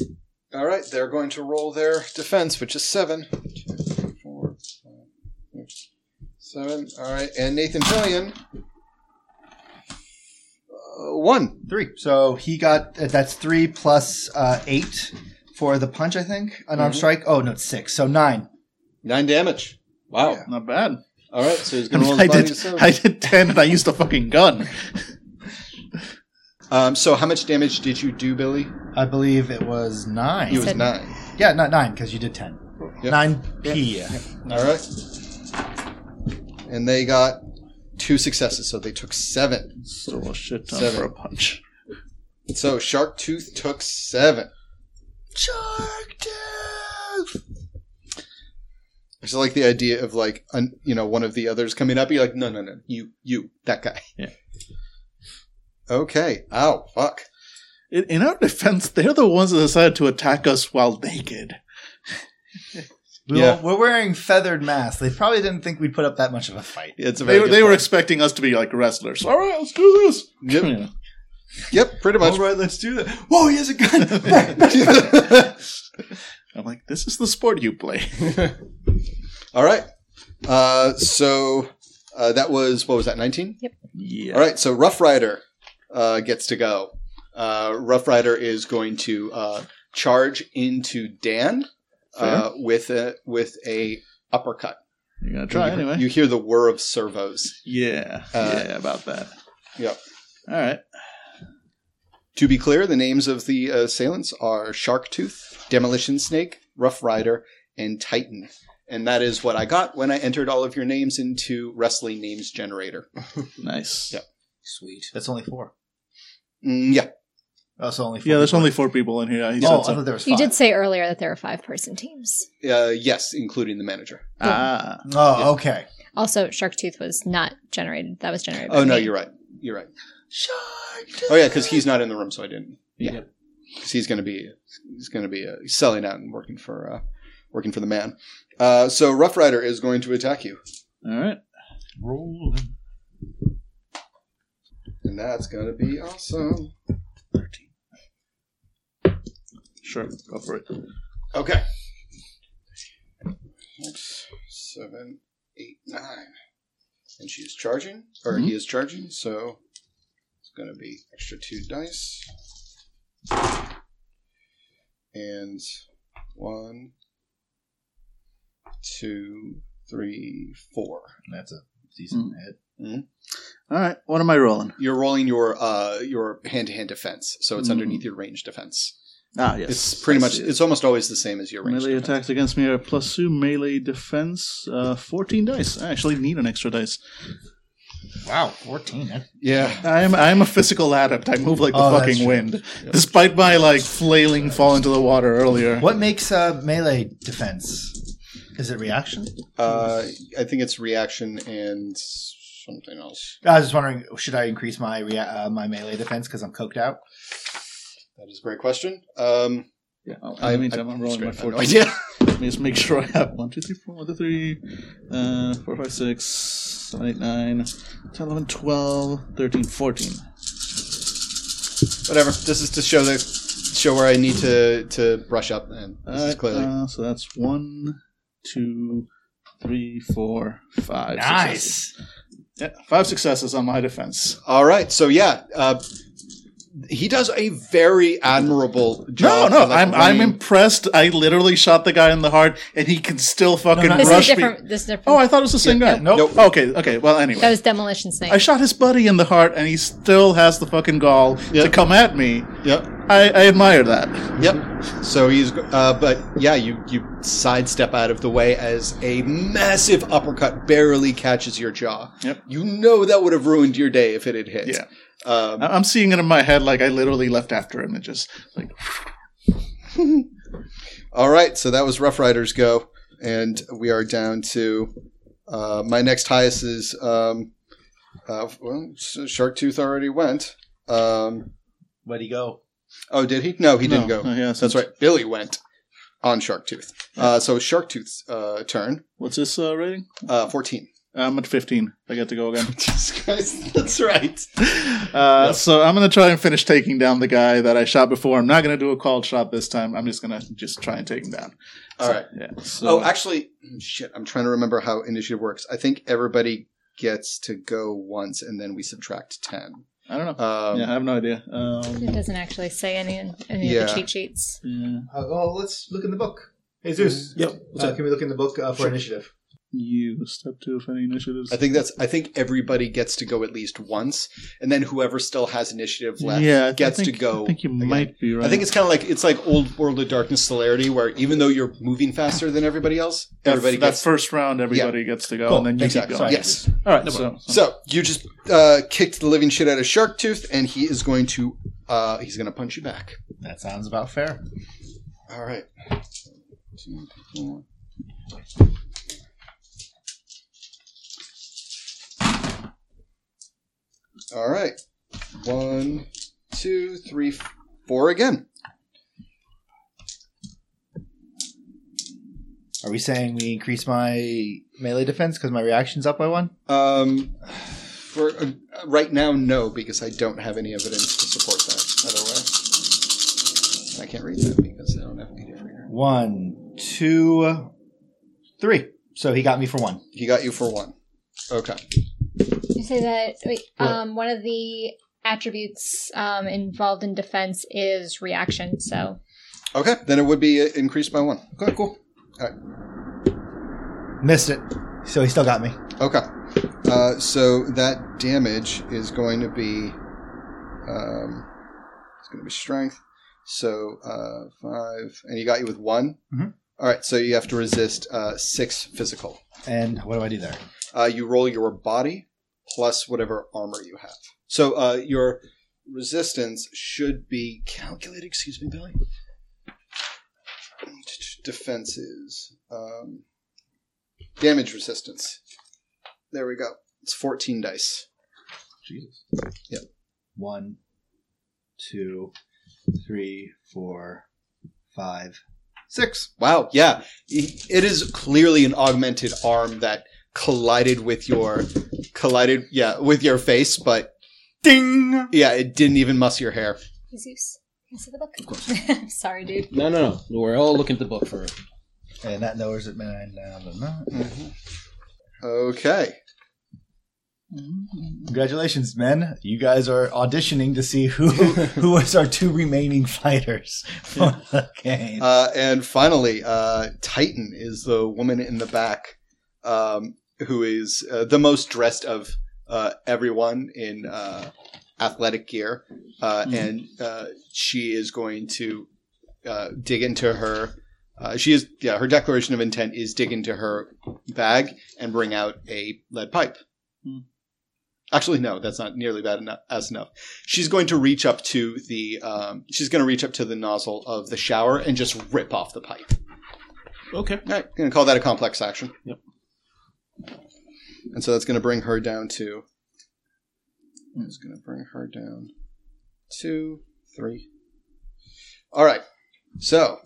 Speaker 2: All right, they're going to roll their defense, which is seven. Two, three, four, five, six, seven. All right, and Nathan Fillion. Uh, one.
Speaker 3: Three. So he got uh, that's three plus uh, eight for the punch, I think. An arm
Speaker 2: Mhm.
Speaker 3: strike. Oh no, it's six. So nine.
Speaker 2: Nine damage. Wow.
Speaker 6: Not bad.
Speaker 2: All right, so he's going to roll
Speaker 6: I
Speaker 2: his body
Speaker 6: did,
Speaker 2: to seven.
Speaker 6: I did ten, and I used a fucking gun.
Speaker 2: Um, so how much damage did you do, Billy?
Speaker 3: I believe it was nine.
Speaker 2: It was
Speaker 4: said-
Speaker 2: nine.
Speaker 3: yeah, not nine because you did ten.
Speaker 2: Yep.
Speaker 3: Nine P.
Speaker 2: All right. And they got two successes, so they took seven.
Speaker 6: Still a shit ton
Speaker 2: Seven.
Speaker 6: for a punch.
Speaker 2: So Shark Tooth took seven.
Speaker 3: Shark
Speaker 2: I just like the idea of like un, you know one of the others coming up. You're like, no, no, no, you, you, that guy.
Speaker 6: Yeah.
Speaker 2: Okay. Ow. Fuck.
Speaker 6: In, in our defense, they're the ones that decided to attack us while naked.
Speaker 3: We
Speaker 2: Yeah.
Speaker 3: We're wearing feathered masks. They probably didn't think we'd put up that much of a fight.
Speaker 2: It's a very.
Speaker 6: They, were-
Speaker 2: good
Speaker 6: they were
Speaker 2: point.
Speaker 6: expecting us to be like wrestlers. All right, let's do this.
Speaker 2: Yep. Yep. Pretty much.
Speaker 3: right, let's do that. Whoa, he has a gun.
Speaker 6: I'm like, this is the sport you play.
Speaker 2: All right. Uh, so uh, that was what was that? Nineteen.
Speaker 6: Yeah.
Speaker 2: All right. So Rough Rider uh, gets to go. Uh, Rough Rider is going to uh, charge into Dan uh, with a with a uppercut.
Speaker 6: You're gonna try anyway.
Speaker 2: You hear the whir of servos.
Speaker 6: yeah.
Speaker 2: Uh,
Speaker 6: yeah, about that.
Speaker 2: Yep.
Speaker 6: All right.
Speaker 2: To be clear, the names of the uh, assailants are Sharktooth, Demolition Snake, Rough Rider, and Titan. And that is what I got when I entered all of your names into Wrestling Names Generator.
Speaker 6: Nice.
Speaker 2: Yep.
Speaker 7: Sweet.
Speaker 3: that's only four. Oh,
Speaker 2: Mm, yeah.
Speaker 3: That's only four.
Speaker 6: Yeah, there's only four people in here. He
Speaker 3: Oh, I
Speaker 6: said so.
Speaker 3: thought there was
Speaker 4: You
Speaker 3: five.
Speaker 4: did say earlier that there are five-person teams.
Speaker 2: Uh, yes, including the manager.
Speaker 6: Ah.
Speaker 3: Oh,
Speaker 2: Yeah.
Speaker 3: okay.
Speaker 4: Also, Sharktooth was not generated. That was generated.
Speaker 2: Oh,
Speaker 4: by
Speaker 2: no,
Speaker 4: me.
Speaker 2: you're right. You're right. Oh, yeah, because he's not in the room, so I didn't. Yeah. Because he's going to be he's going to be uh, selling out and working for uh, working for the man. Uh, so Rough Rider is going to attack you,
Speaker 6: All right.
Speaker 3: Rolling.
Speaker 2: and that's going to be awesome.
Speaker 6: Sure. Go for it.
Speaker 2: Okay. Six, seven, eight, nine. And she's charging, or
Speaker 6: Mm-hmm.
Speaker 2: he is charging, so it's going to be extra two dice. And one, two, three, four.
Speaker 3: That's a decent hit.
Speaker 6: All right. What am I rolling?
Speaker 2: You're rolling your uh your hand to hand defense, so it's
Speaker 6: Mm.
Speaker 2: underneath your range defense.
Speaker 6: Ah, yes.
Speaker 2: It's pretty
Speaker 6: I
Speaker 2: much,
Speaker 6: see it.
Speaker 2: it's almost always the same as your range.
Speaker 6: melee attacks against me are plus two melee defense, uh, 14 dice. I actually need an extra dice.
Speaker 3: Wow, 14. That-
Speaker 2: Yeah.
Speaker 6: I'm I'm a physical adept. I move like the
Speaker 3: Oh, that's
Speaker 6: fucking
Speaker 3: true.
Speaker 6: wind, despite my like flailing fall into the water earlier.
Speaker 3: What makes uh, melee defense? Is it reaction?
Speaker 2: Uh, I think it's reaction and something else.
Speaker 3: I was just wondering, should I increase my rea- uh, my melee defense because I'm coked out?
Speaker 2: That is a great question. Um,
Speaker 6: Yeah, in the
Speaker 2: I-
Speaker 6: meantime, I'm rolling my
Speaker 2: straight- I have no
Speaker 6: 14.
Speaker 2: idea.
Speaker 6: Let me just make sure I have 1, 2, 3, 4, 1, 2, 3, uh, 4, 5, 6, 7, 8, 9, 10, 11, 12, 13, 14.
Speaker 2: Whatever. This is to show the show where I need to to brush up, and this is
Speaker 6: Alright,
Speaker 2: clearly.
Speaker 6: uh, so that's 1, 2, 3, 4, 5. successes. Yeah, 5 successes on my defense.
Speaker 2: All right. So yeah, uh, he does a very admirable
Speaker 6: No,
Speaker 2: job.
Speaker 6: no,
Speaker 2: of, like,
Speaker 6: I'm I'm
Speaker 2: running-
Speaker 6: impressed. I literally shot the guy in the heart, and he can still fucking
Speaker 3: no,
Speaker 4: This
Speaker 6: rush
Speaker 4: is
Speaker 6: me.
Speaker 4: different. This is different.
Speaker 6: Oh, I thought it was the same guy.
Speaker 3: Nope.
Speaker 2: Nope.
Speaker 6: Okay, okay. Well, anyway,
Speaker 4: that was demolition snake.
Speaker 6: I shot his buddy in the heart, and he still has the fucking gall
Speaker 2: Yeah.
Speaker 6: to come at me.
Speaker 2: Yep.
Speaker 6: I, I admire that.
Speaker 2: Yep. So he's, uh, but yeah, you you sidestep out of the way as a massive uppercut barely catches your jaw.
Speaker 6: Yep.
Speaker 2: You know that would have ruined your day if it had hit.
Speaker 6: Yeah.
Speaker 2: Um,
Speaker 6: I- I'm seeing it in my head, like I literally left after him and just like
Speaker 2: all right. So that was Rough Riders go, and we are down to uh, my next highest is um, uh, well, Shark Tooth already went. Um,
Speaker 3: Where'd he go?
Speaker 2: oh, did he? No, he didn't
Speaker 6: no,
Speaker 2: go.
Speaker 6: no, yeah, so
Speaker 2: That's right. Billy went on Shark Tooth. Uh, so Shark Tooth's uh, turn.
Speaker 6: What's this uh, rating?
Speaker 2: Uh, Fourteen.
Speaker 6: I'm at 15. I get to go again.
Speaker 2: Jesus Christ. That's right.
Speaker 6: Uh, So I'm gonna try and finish taking down the guy that I shot before. I'm not gonna do a called shot this time. I'm just gonna just try and take him down.
Speaker 2: All right.
Speaker 6: Yeah. So
Speaker 2: Oh, actually, shit. I'm trying to remember how initiative works. I think everybody gets to go once, and then we subtract ten.
Speaker 6: I don't know.
Speaker 2: Um,
Speaker 6: yeah, I have no idea.
Speaker 4: it
Speaker 6: Um,
Speaker 4: doesn't actually say any any
Speaker 2: Yeah.
Speaker 4: of the cheat sheets.
Speaker 6: yeah.
Speaker 3: Uh, oh, let's look in the book. Hey, Zeus.
Speaker 7: Yep. What's
Speaker 3: Uh,
Speaker 7: up?
Speaker 3: can we look in the book uh, for initiative?
Speaker 6: You step two if any initiatives.
Speaker 2: I think that's. I think everybody gets to go at least once, and then whoever still has initiative left
Speaker 6: yeah, I th-
Speaker 2: gets
Speaker 6: I
Speaker 2: to
Speaker 6: think-
Speaker 2: go.
Speaker 6: I think you
Speaker 2: again.
Speaker 6: might be right.
Speaker 2: I think it's kind of like it's like old World of Darkness celerity, where even though you're moving faster than everybody else,
Speaker 6: that,
Speaker 2: everybody
Speaker 6: that
Speaker 2: gets
Speaker 6: first round. Everybody gets to go,
Speaker 3: Cool,
Speaker 6: and then you
Speaker 3: exactly.
Speaker 6: keep
Speaker 3: Sorry.
Speaker 6: going.
Speaker 2: yes.
Speaker 6: All right. so,
Speaker 2: So you just uh, kicked the living shit out of Shark Tooth, and he is going to uh, he's going to punch you back.
Speaker 3: That sounds about fair.
Speaker 2: All right. All right. One, two, three, f- four again.
Speaker 3: Are we saying we increase my melee defense because my reaction's up by one?
Speaker 2: Um, for uh, right now, no, because I don't have any evidence to support that. Otherwise, I can't read that because I don't have a native reader.
Speaker 3: One, two, three. So he got me for one.
Speaker 2: He got you for one. Okay.
Speaker 4: You say that wait,
Speaker 3: What?
Speaker 4: um, one of the attributes um, involved in defense is reaction. So
Speaker 2: Okay. Then it would be uh, increased by one. Okay. Cool.
Speaker 3: Missed it. So he still got me.
Speaker 2: Okay. Uh, so that damage is going to be um, it's going to be strength. So uh, five, and you got you with one.
Speaker 3: Mhm.
Speaker 2: All right. So you have to resist uh, six physical.
Speaker 3: And what do I do there?
Speaker 2: Uh, you roll your body plus whatever armor you have. So uh, your resistance should be calculated. Excuse me, Billy. Defenses, um, damage resistance. There we go. It's fourteen dice.
Speaker 3: Jesus.
Speaker 2: Yep.
Speaker 3: One, two, three, four, five.
Speaker 2: Six. Wow. Yeah. It is clearly an augmented arm that collided with your collided. Yeah, with your face, but
Speaker 3: Ding!
Speaker 2: yeah, it didn't even muss your hair.
Speaker 4: Jesus, you see the book? Of course. Sorry, dude.
Speaker 7: No, no, no. We're all looking at the book for.
Speaker 3: And that lowers it nine down to nine.
Speaker 2: Okay.
Speaker 3: Congratulations, men. You guys are auditioning to see who who is our two remaining fighters for the game.
Speaker 2: Uh, and finally, uh, Titan is the woman in the back um, who is uh, the most dressed of uh, everyone in uh, athletic gear. Uh, And uh, she is going to uh, dig into her. Uh, she is yeah. Her declaration of intent is dig into her bag and bring out a lead pipe. Actually, no, that's not nearly bad enough. As enough, she's going to reach up to the um, she's going to reach up to the nozzle of the shower and just rip off the pipe.
Speaker 7: Okay.
Speaker 2: All right, going to call that a complex action. Yep. And so that's going to bring her down to. It's going to bring her down. Two, three. All right. So,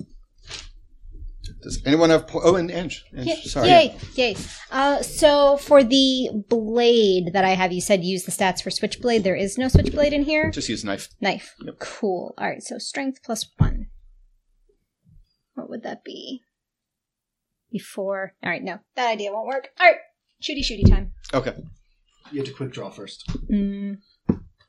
Speaker 2: does anyone have? Po- oh, and Ange. Ange,
Speaker 4: Yay,
Speaker 2: sorry.
Speaker 4: Yay, yay. Uh, so for the blade that I have, you said use the stats for switchblade. There is no switchblade in here.
Speaker 2: Just use knife.
Speaker 4: Knife. Cool. All right, so strength plus one. What would that be? Before. All right, no, that idea won't work. All right, shooty shooty time.
Speaker 2: Okay.
Speaker 3: You have to quick draw first.
Speaker 4: Mm,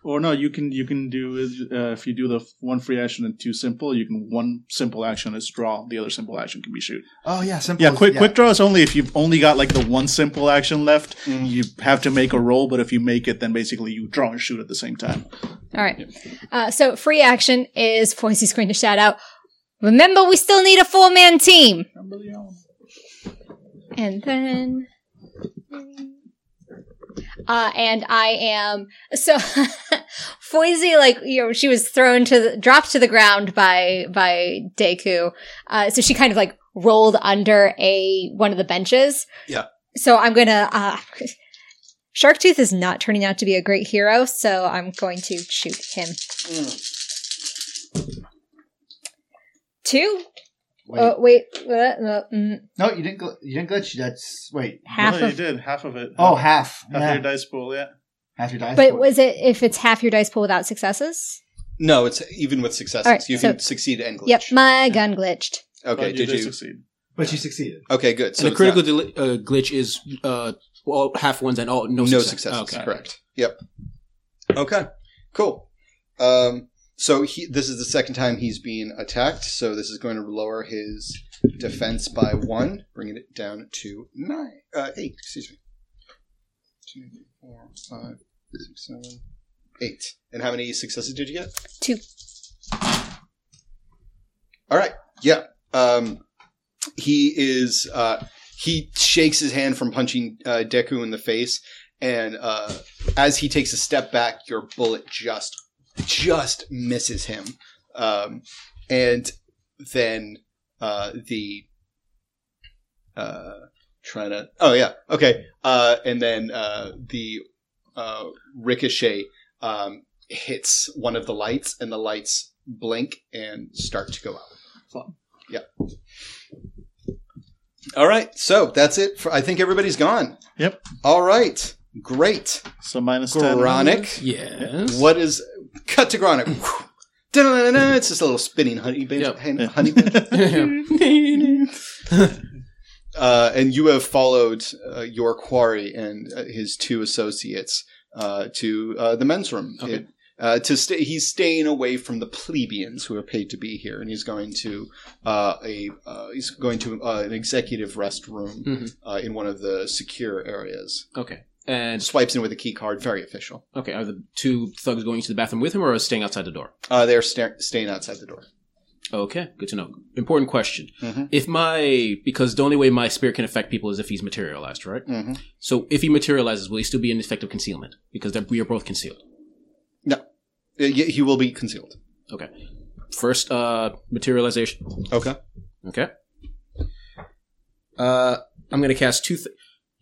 Speaker 6: Or no, you can you can do is, uh, if you do the f- one free action and two simple, you can one simple action is draw, the other simple action can be shoot.
Speaker 3: Oh yeah, simple.
Speaker 6: Yeah,
Speaker 3: as-
Speaker 6: quick quick draw is only if you've only got like the one simple action left.
Speaker 2: Mm.
Speaker 6: You have to make a roll, but if you make it, then basically you draw and shoot at the same time.
Speaker 4: all right. Uh, so free action is Foisey's going to shout out. Remember, we still need a four man team. And then. Uh, and I am so Foisey, like you know, she was thrown to the, dropped to the ground by by Deku. Uh, so she kind of like rolled under a one of the benches.
Speaker 2: Yeah.
Speaker 4: So I'm gonna uh, Shark Tooth is not turning out to be a great hero, so I'm going to shoot him. Two.
Speaker 3: Wait.
Speaker 4: Oh wait, uh, uh, mm,
Speaker 3: No, you didn't. Gl- you didn't glitch. That's wait.
Speaker 4: half
Speaker 6: no,
Speaker 4: of
Speaker 6: you did half of it.
Speaker 3: Oh, half.
Speaker 6: half
Speaker 3: Yeah.
Speaker 6: your dice pool. Yeah,
Speaker 3: Half your dice.
Speaker 4: But
Speaker 3: pool.
Speaker 4: was it if it's half your dice pool without successes?
Speaker 2: No, it's even with successes.
Speaker 4: All right,
Speaker 2: you
Speaker 4: so-
Speaker 2: can succeed and glitch.
Speaker 4: Yep, my gun glitched.
Speaker 2: Okay.
Speaker 6: But
Speaker 2: Did you?
Speaker 6: succeed?
Speaker 3: But you succeeded.
Speaker 2: Okay. Good. So
Speaker 7: and
Speaker 2: it's
Speaker 7: the critical
Speaker 2: not-
Speaker 7: deli- uh, glitch is uh, all half ones and all no,
Speaker 2: no
Speaker 7: success.
Speaker 2: successes.
Speaker 7: Okay.
Speaker 2: Correct. Yep. Okay. Cool. Um, so he, this is the second time he's been attacked. So this is going to lower his defense by one, bringing it down to nine, uh, eight. Excuse me. Two, four, five, six, seven, eight. And how many successes did you get?
Speaker 4: Two.
Speaker 2: All right. Yeah. Um, he is. Uh, he shakes his hand from punching uh, Deku in the face, and uh, as he takes a step back, your bullet just just misses him. Um, and then uh, the uh, trying to oh yeah okay uh, and then uh, the uh, ricochet um, hits one of the lights, and the lights blink and start to go out.
Speaker 6: Fun.
Speaker 2: Yeah. All right. So that's it. For, I think everybody's gone.
Speaker 6: Yep.
Speaker 2: All right. Great.
Speaker 6: So minus ten.
Speaker 2: Gronic.
Speaker 7: Yes.
Speaker 2: What is cut to Gronic? Whew. Da-da-da-da. It's just a little spinning honey bin.
Speaker 7: Yep.
Speaker 2: hen-
Speaker 6: Yeah.
Speaker 2: honey bin. Uh, and you have followed uh, your quarry and uh, his two associates uh, to uh, the men's room.
Speaker 7: Okay.
Speaker 2: It- uh, to stay, he's staying away from the plebeians who are paid to be here, and he's going to uh, a uh, he's going to uh, an executive restroom
Speaker 7: Mhm.
Speaker 2: uh, in one of the secure areas.
Speaker 7: Okay. And
Speaker 2: Swipes in with a key card, very official.
Speaker 7: okay, are the two thugs going to the bathroom with him, or are staying outside the door?
Speaker 2: Uh, they're sta- staying outside the door.
Speaker 7: Okay, good to know. Important question.
Speaker 2: Mhm.
Speaker 7: If my because the only way my spirit can affect people is if he's materialized, right?
Speaker 2: Mm-hmm.
Speaker 7: So if he materializes, will he still be in effective concealment? Because they're- we are both concealed.
Speaker 2: No, Y- y- he will be concealed.
Speaker 7: Okay. First, uh, materialization.
Speaker 2: Okay.
Speaker 7: Okay. Uh, I'm gonna cast two. Th-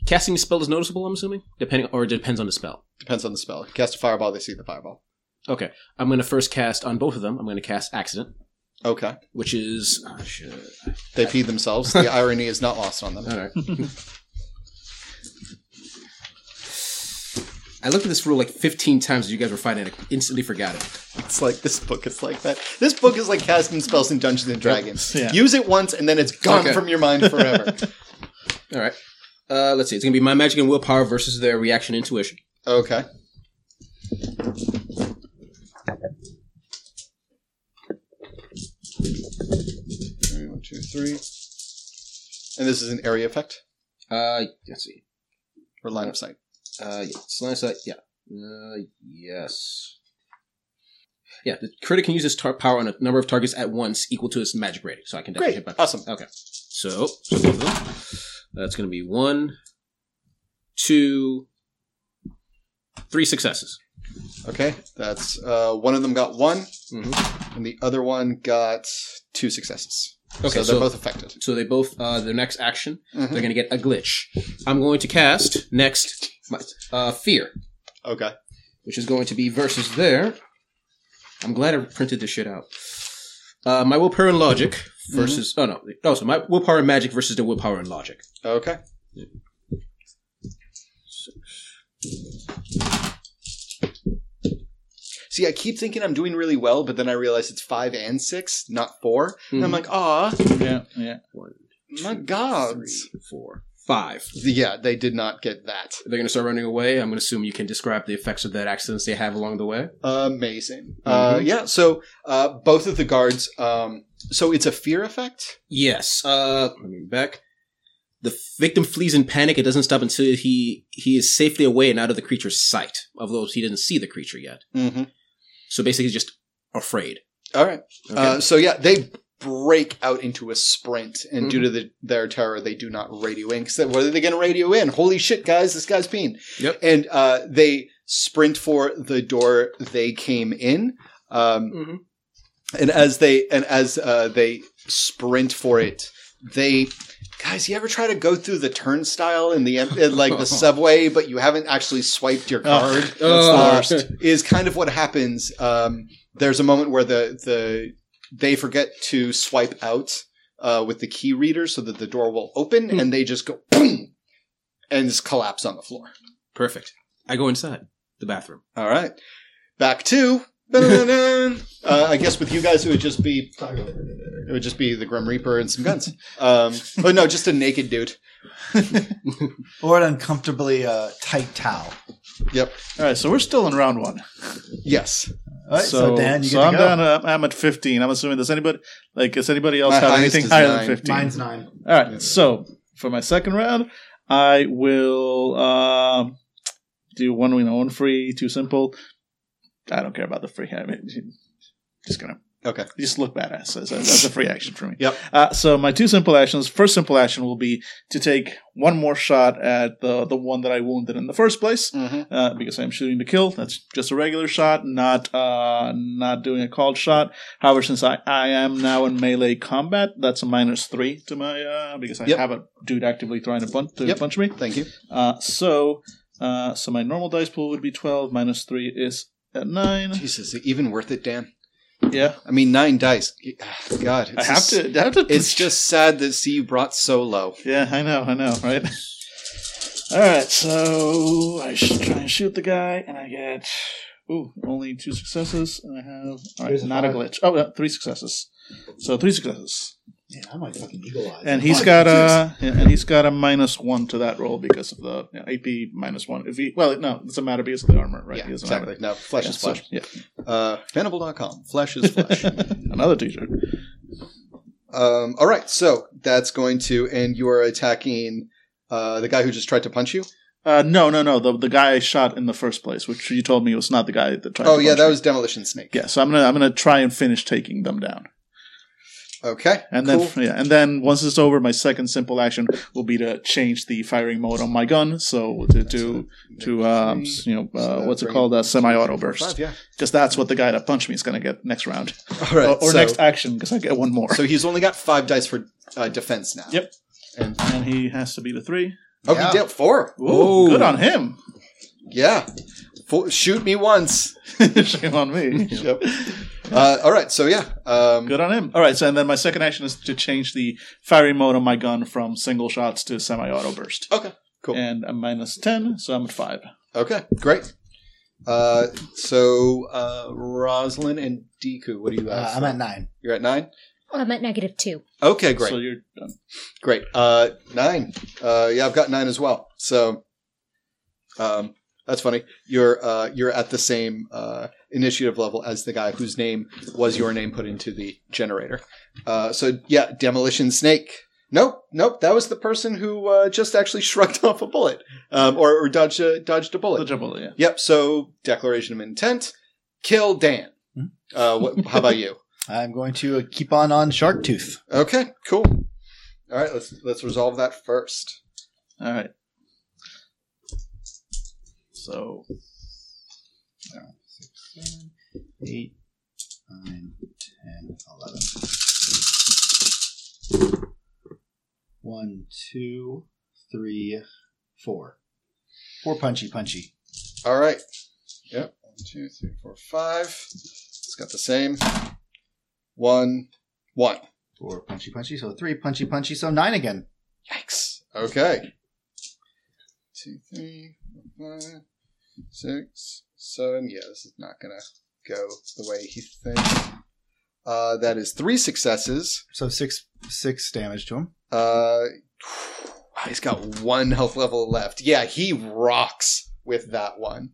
Speaker 7: casting a spell is noticeable. I'm assuming, depending or it depends on the spell.
Speaker 2: Depends on the spell. Cast a fireball, they see the fireball.
Speaker 7: Okay, I'm gonna first cast on both of them. I'm gonna cast accident,
Speaker 2: Okay.
Speaker 7: which is oh, shit.
Speaker 2: They pee themselves. The irony is not lost on them.
Speaker 7: All right. I looked at this rule like 15 times as you guys were fighting it. I instantly forgot it.
Speaker 2: It's like this book is like that. This book is like casting spells in Dungeons and Dragons.
Speaker 6: Yeah.
Speaker 2: Use it once and then it's gone
Speaker 7: Okay.
Speaker 2: from your mind forever.
Speaker 7: All right. Uh, let's see. It's going to be my magic and willpower versus their reaction intuition.
Speaker 2: okay. Three, one, two, three. And this is an area effect
Speaker 7: Uh, let's see.
Speaker 2: or line of sight.
Speaker 7: Uh, yeah. Slice, uh, yeah. Uh, yes. Yeah, the critic can use this tar- power on a number of targets at once equal to its magic rating. So I can definitely
Speaker 2: Great.
Speaker 7: hit by.
Speaker 2: Awesome.
Speaker 7: Okay. So, so both of them. That's going to be one, two, Three successes.
Speaker 2: Okay, that's uh, one of them got one, and the other one got two successes.
Speaker 7: Okay,
Speaker 2: so Mm-hmm. they're
Speaker 7: so-
Speaker 2: both Hmm. affected.
Speaker 7: So they both, uh, their next action, they're going to get a glitch. I'm going to cast next my, uh, Fear,
Speaker 2: Okay,
Speaker 7: which is going to be versus there. I'm glad I printed this shit out. Uh, my willpower and logic versus. Oh, no. Oh, so my willpower and magic versus the willpower and logic.
Speaker 2: okay. See, I keep thinking I'm doing really well, but then I realize it's five and six, not 4 And I'm
Speaker 7: Mhm.
Speaker 2: like, ah,
Speaker 6: Yeah, yeah.
Speaker 7: One,
Speaker 2: my
Speaker 7: God,
Speaker 2: god.
Speaker 7: five.
Speaker 2: Yeah, they did not get that.
Speaker 7: They're going to start running away. I'm going to assume you can describe the effects of that accidents they have along the way.
Speaker 2: Amazing. Uh, yeah, so uh, both of the guards. Um, so it's a fear effect.
Speaker 7: Yes. Uh, let me back. The victim flees in panic. It doesn't stop until he he is safely away and out of the creature's sight. Although he doesn't see the creature yet,
Speaker 2: Mm-hmm.
Speaker 7: so basically he's just afraid.
Speaker 2: All right.
Speaker 7: Okay.
Speaker 2: Uh, so yeah, they break out into a sprint, and due to the, their terror, they do not radio in. Because what are they going to radio in? Holy shit, guys! This guy's peeing.
Speaker 7: Yep.
Speaker 2: And uh, they sprint for the door they came in. Um,
Speaker 7: Mhm.
Speaker 2: And as they and as uh, they sprint for it, they guys, you ever try to go through the turnstile in the em- in, like the subway, but you haven't actually swiped your card?
Speaker 7: Oh.
Speaker 2: Uh, is kind of what happens. Um, there's a moment where the the they forget to swipe out uh, with the key reader so that the door will open, and they just go boom and just collapse on the floor.
Speaker 7: Perfect. I go inside the bathroom.
Speaker 2: All right, back to. uh, I guess with you guys, it would just be it would just be the Grim Reaper and some guns. Um, but no, just a naked dude.
Speaker 1: Or an uncomfortably uh, tight towel.
Speaker 2: Yep.
Speaker 6: All right, so we're still in round one.
Speaker 2: Yes.
Speaker 1: All right, so, Dan, you
Speaker 6: so
Speaker 1: get
Speaker 6: I'm
Speaker 1: to go.
Speaker 6: down. uh, I'm at 15. I'm assuming does anybody like does anybody else
Speaker 2: My
Speaker 6: have
Speaker 2: highest
Speaker 6: anything
Speaker 2: is
Speaker 6: higher
Speaker 2: nine.
Speaker 6: than 15?
Speaker 8: Mine's nine.
Speaker 6: All right. So for my second round, I will uh, do one win, one free, too simple. I don't care about the free. I mean, just gonna
Speaker 2: Okay.
Speaker 6: just look badass. That's, that's a free action for me.
Speaker 2: Yep.
Speaker 6: Uh, so my two simple actions. First simple action will be to take one more shot at the the one that I wounded in the first place
Speaker 2: Mhm.
Speaker 6: uh, because I'm shooting to kill. That's just a regular shot, not uh, not doing a called shot. However, since I, I am now in melee combat, that's a minus three to my uh, because I
Speaker 2: Yep.
Speaker 6: have a dude actively trying to punch to
Speaker 2: Yep.
Speaker 6: punch me.
Speaker 2: Thank you.
Speaker 6: Uh, so uh, so my normal dice pool would be twelve minus three is at nine.
Speaker 2: Jesus, is it even worth it, Dan?
Speaker 6: Yeah,
Speaker 2: I mean, nine dice. God,
Speaker 6: I
Speaker 2: it's
Speaker 6: have
Speaker 2: just-
Speaker 6: to. I have to.
Speaker 2: It's just sad to see you brought so low.
Speaker 6: Yeah, I know, I know, right? All right, so I should try and shoot the guy, and I get ooh only two successes, and I have all right,
Speaker 8: Here's a
Speaker 6: not a
Speaker 8: five.
Speaker 6: glitch. Oh, yeah, three successes. So three successes,
Speaker 8: Man, I'm like fucking eagle eyes.
Speaker 6: and he's
Speaker 8: Fuck.
Speaker 6: got a yeah, and he's got a minus one to that roll because of the you know, AP minus one. If he well, no, it doesn't matter because of the armor, right?
Speaker 2: yeah,
Speaker 6: he doesn't
Speaker 2: exactly.
Speaker 6: have it.
Speaker 2: No, flesh
Speaker 6: Yeah,
Speaker 2: is
Speaker 6: so-
Speaker 2: flesh.
Speaker 6: yeah,
Speaker 2: Uh, Venable.com. Flesh is flesh.
Speaker 6: another T-shirt.
Speaker 2: um, all right, so that's going to, and you are attacking uh, the guy who just tried to punch you.
Speaker 6: Uh, no, no, no. The the guy I shot in the first place, which you told me was not the guy that tried.
Speaker 2: oh
Speaker 6: to
Speaker 2: yeah,
Speaker 6: punch
Speaker 2: that
Speaker 6: me.
Speaker 2: was Demolition Snake.
Speaker 6: Yeah, so I'm gonna I'm gonna try and finish taking them down.
Speaker 2: Okay.
Speaker 6: And
Speaker 2: cool.
Speaker 6: then yeah, and then once it's over, my second simple action will be to change the firing mode on my gun. So to to, to um s- you know uh, what's it called a semi-auto
Speaker 2: Five,
Speaker 6: burst
Speaker 2: yeah.
Speaker 6: because that's what the guy that punched me is gonna get next round
Speaker 2: All right.
Speaker 6: or, or
Speaker 2: so,
Speaker 6: next action because I get one more.
Speaker 2: so he's only got five dice for uh, defense now.
Speaker 6: Yep.
Speaker 2: And
Speaker 6: and he has to be the three.
Speaker 2: oh,
Speaker 3: Yeah.
Speaker 2: he dealt four.
Speaker 6: Ooh, good on him.
Speaker 2: Yeah. Four, shoot me once.
Speaker 6: Shame on me.
Speaker 2: Yep. Uh, all right. So yeah. Um,
Speaker 6: Good on him. All right. So and then my second action is to change the firing mode on my gun from single shots to semi-auto burst.
Speaker 2: Okay. Cool.
Speaker 6: And I'm minus ten, so I'm at five.
Speaker 2: Okay, great. Uh, so uh, Roslyn and Deku, what do you
Speaker 1: Uh,
Speaker 2: have?
Speaker 1: I'm at nine.
Speaker 2: You're at nine.
Speaker 4: Oh, I'm at negative two.
Speaker 2: Okay, great,
Speaker 6: So you're done.
Speaker 2: great. Uh, nine. Uh, yeah, I've got nine as well. So, um, that's funny. You're uh, you're at the same uh, initiative level as the guy whose name was your name put into the generator. Uh, so yeah, demolition snake. Nope, nope. That was the person who uh, just actually shrugged off a bullet, um, or, or dodged a, dodged a bullet.
Speaker 6: The double, yeah.
Speaker 2: Yep. So declaration of intent, kill Dan. Uh, what, how about you?
Speaker 1: I'm going to uh, keep on on shark tooth.
Speaker 2: Okay, cool. All right, let's let's resolve that first.
Speaker 6: All right. So
Speaker 8: seven, eight, nine, ten, eleven. One, two, three, four. Four punchy punchy.
Speaker 2: All right. Yep. One, two, three, four, five. It's got the same. One, one.
Speaker 8: Four punchy punchy. So three punchy punchy. So nine again.
Speaker 2: Yikes. Okay. Two, three, four, five, six, seven. Yeah, this is not gonna go the way he thinks. Uh, that is three successes.
Speaker 8: So six six damage to him.
Speaker 2: Uh, he's got one health level left. Yeah, he rocks with that one.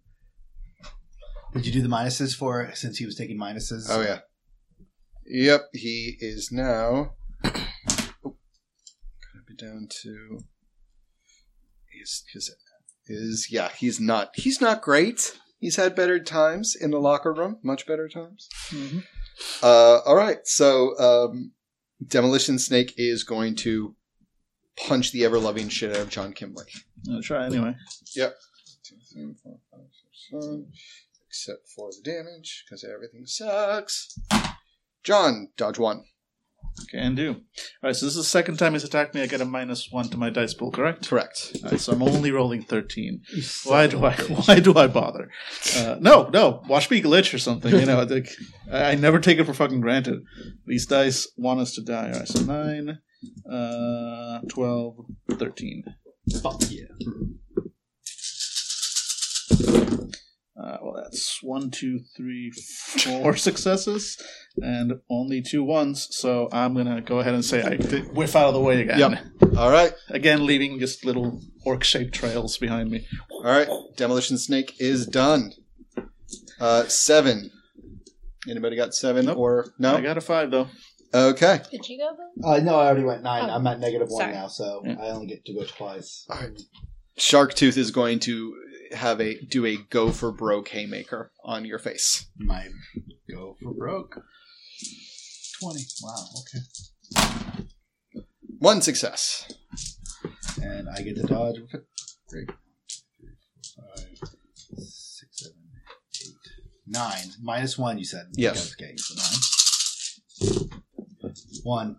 Speaker 8: Did you do the minuses for since he was taking minuses?
Speaker 2: Oh yeah. Yep, he is now. Oh, gonna be down to. Is is is yeah? He's not. He's not great. He's had better times in the locker room, much better times.
Speaker 6: mm-hmm.
Speaker 2: Uh, all right, so um, demolition snake is going to punch the ever loving shit out of John Kimley.
Speaker 6: I'll try anyway.
Speaker 2: Two, three, four, five, six, seven, except for the damage because everything sucks. John, dodge one.
Speaker 6: Can do. Alright, so this is the second time he's attacked me. I get a minus one to my dice pool, correct?
Speaker 2: Correct.
Speaker 6: Alright, Uh, so I'm only rolling 13. Why do I Why do I bother? Uh, no, no. Watch me glitch or something. You know, I, think, I I never take it for fucking granted. These dice want us to die. Alright, so 9, uh, 12, 13.
Speaker 8: Fuck yeah.
Speaker 6: Uh, well, that's one, two, three, four successes, and only two ones. So I'm gonna go ahead and say I th- whiff out of the way again.
Speaker 2: Yep. All right,
Speaker 6: Again, leaving just little orc-shaped trails behind me.
Speaker 2: all right. Demolition snake is done. Uh, seven. Anybody got seven
Speaker 6: Nope.
Speaker 2: or no?
Speaker 6: I got a five though.
Speaker 2: okay.
Speaker 9: Did you go, Bill?
Speaker 8: Uh, no, I already went nine.
Speaker 9: Oh.
Speaker 8: I'm at negative one
Speaker 9: Sorry.
Speaker 8: now, so
Speaker 6: Yeah.
Speaker 8: I only get to go twice.
Speaker 2: All right. Shark Tooth is going to have a do a go for broke haymaker on your face.
Speaker 8: My go for broke. Twenty. Wow. Okay.
Speaker 2: One success.
Speaker 8: And I get to dodge. Great. Five, six, seven, eight, nine. Minus one. You said.
Speaker 2: Yes.
Speaker 8: Okay. So nine. One.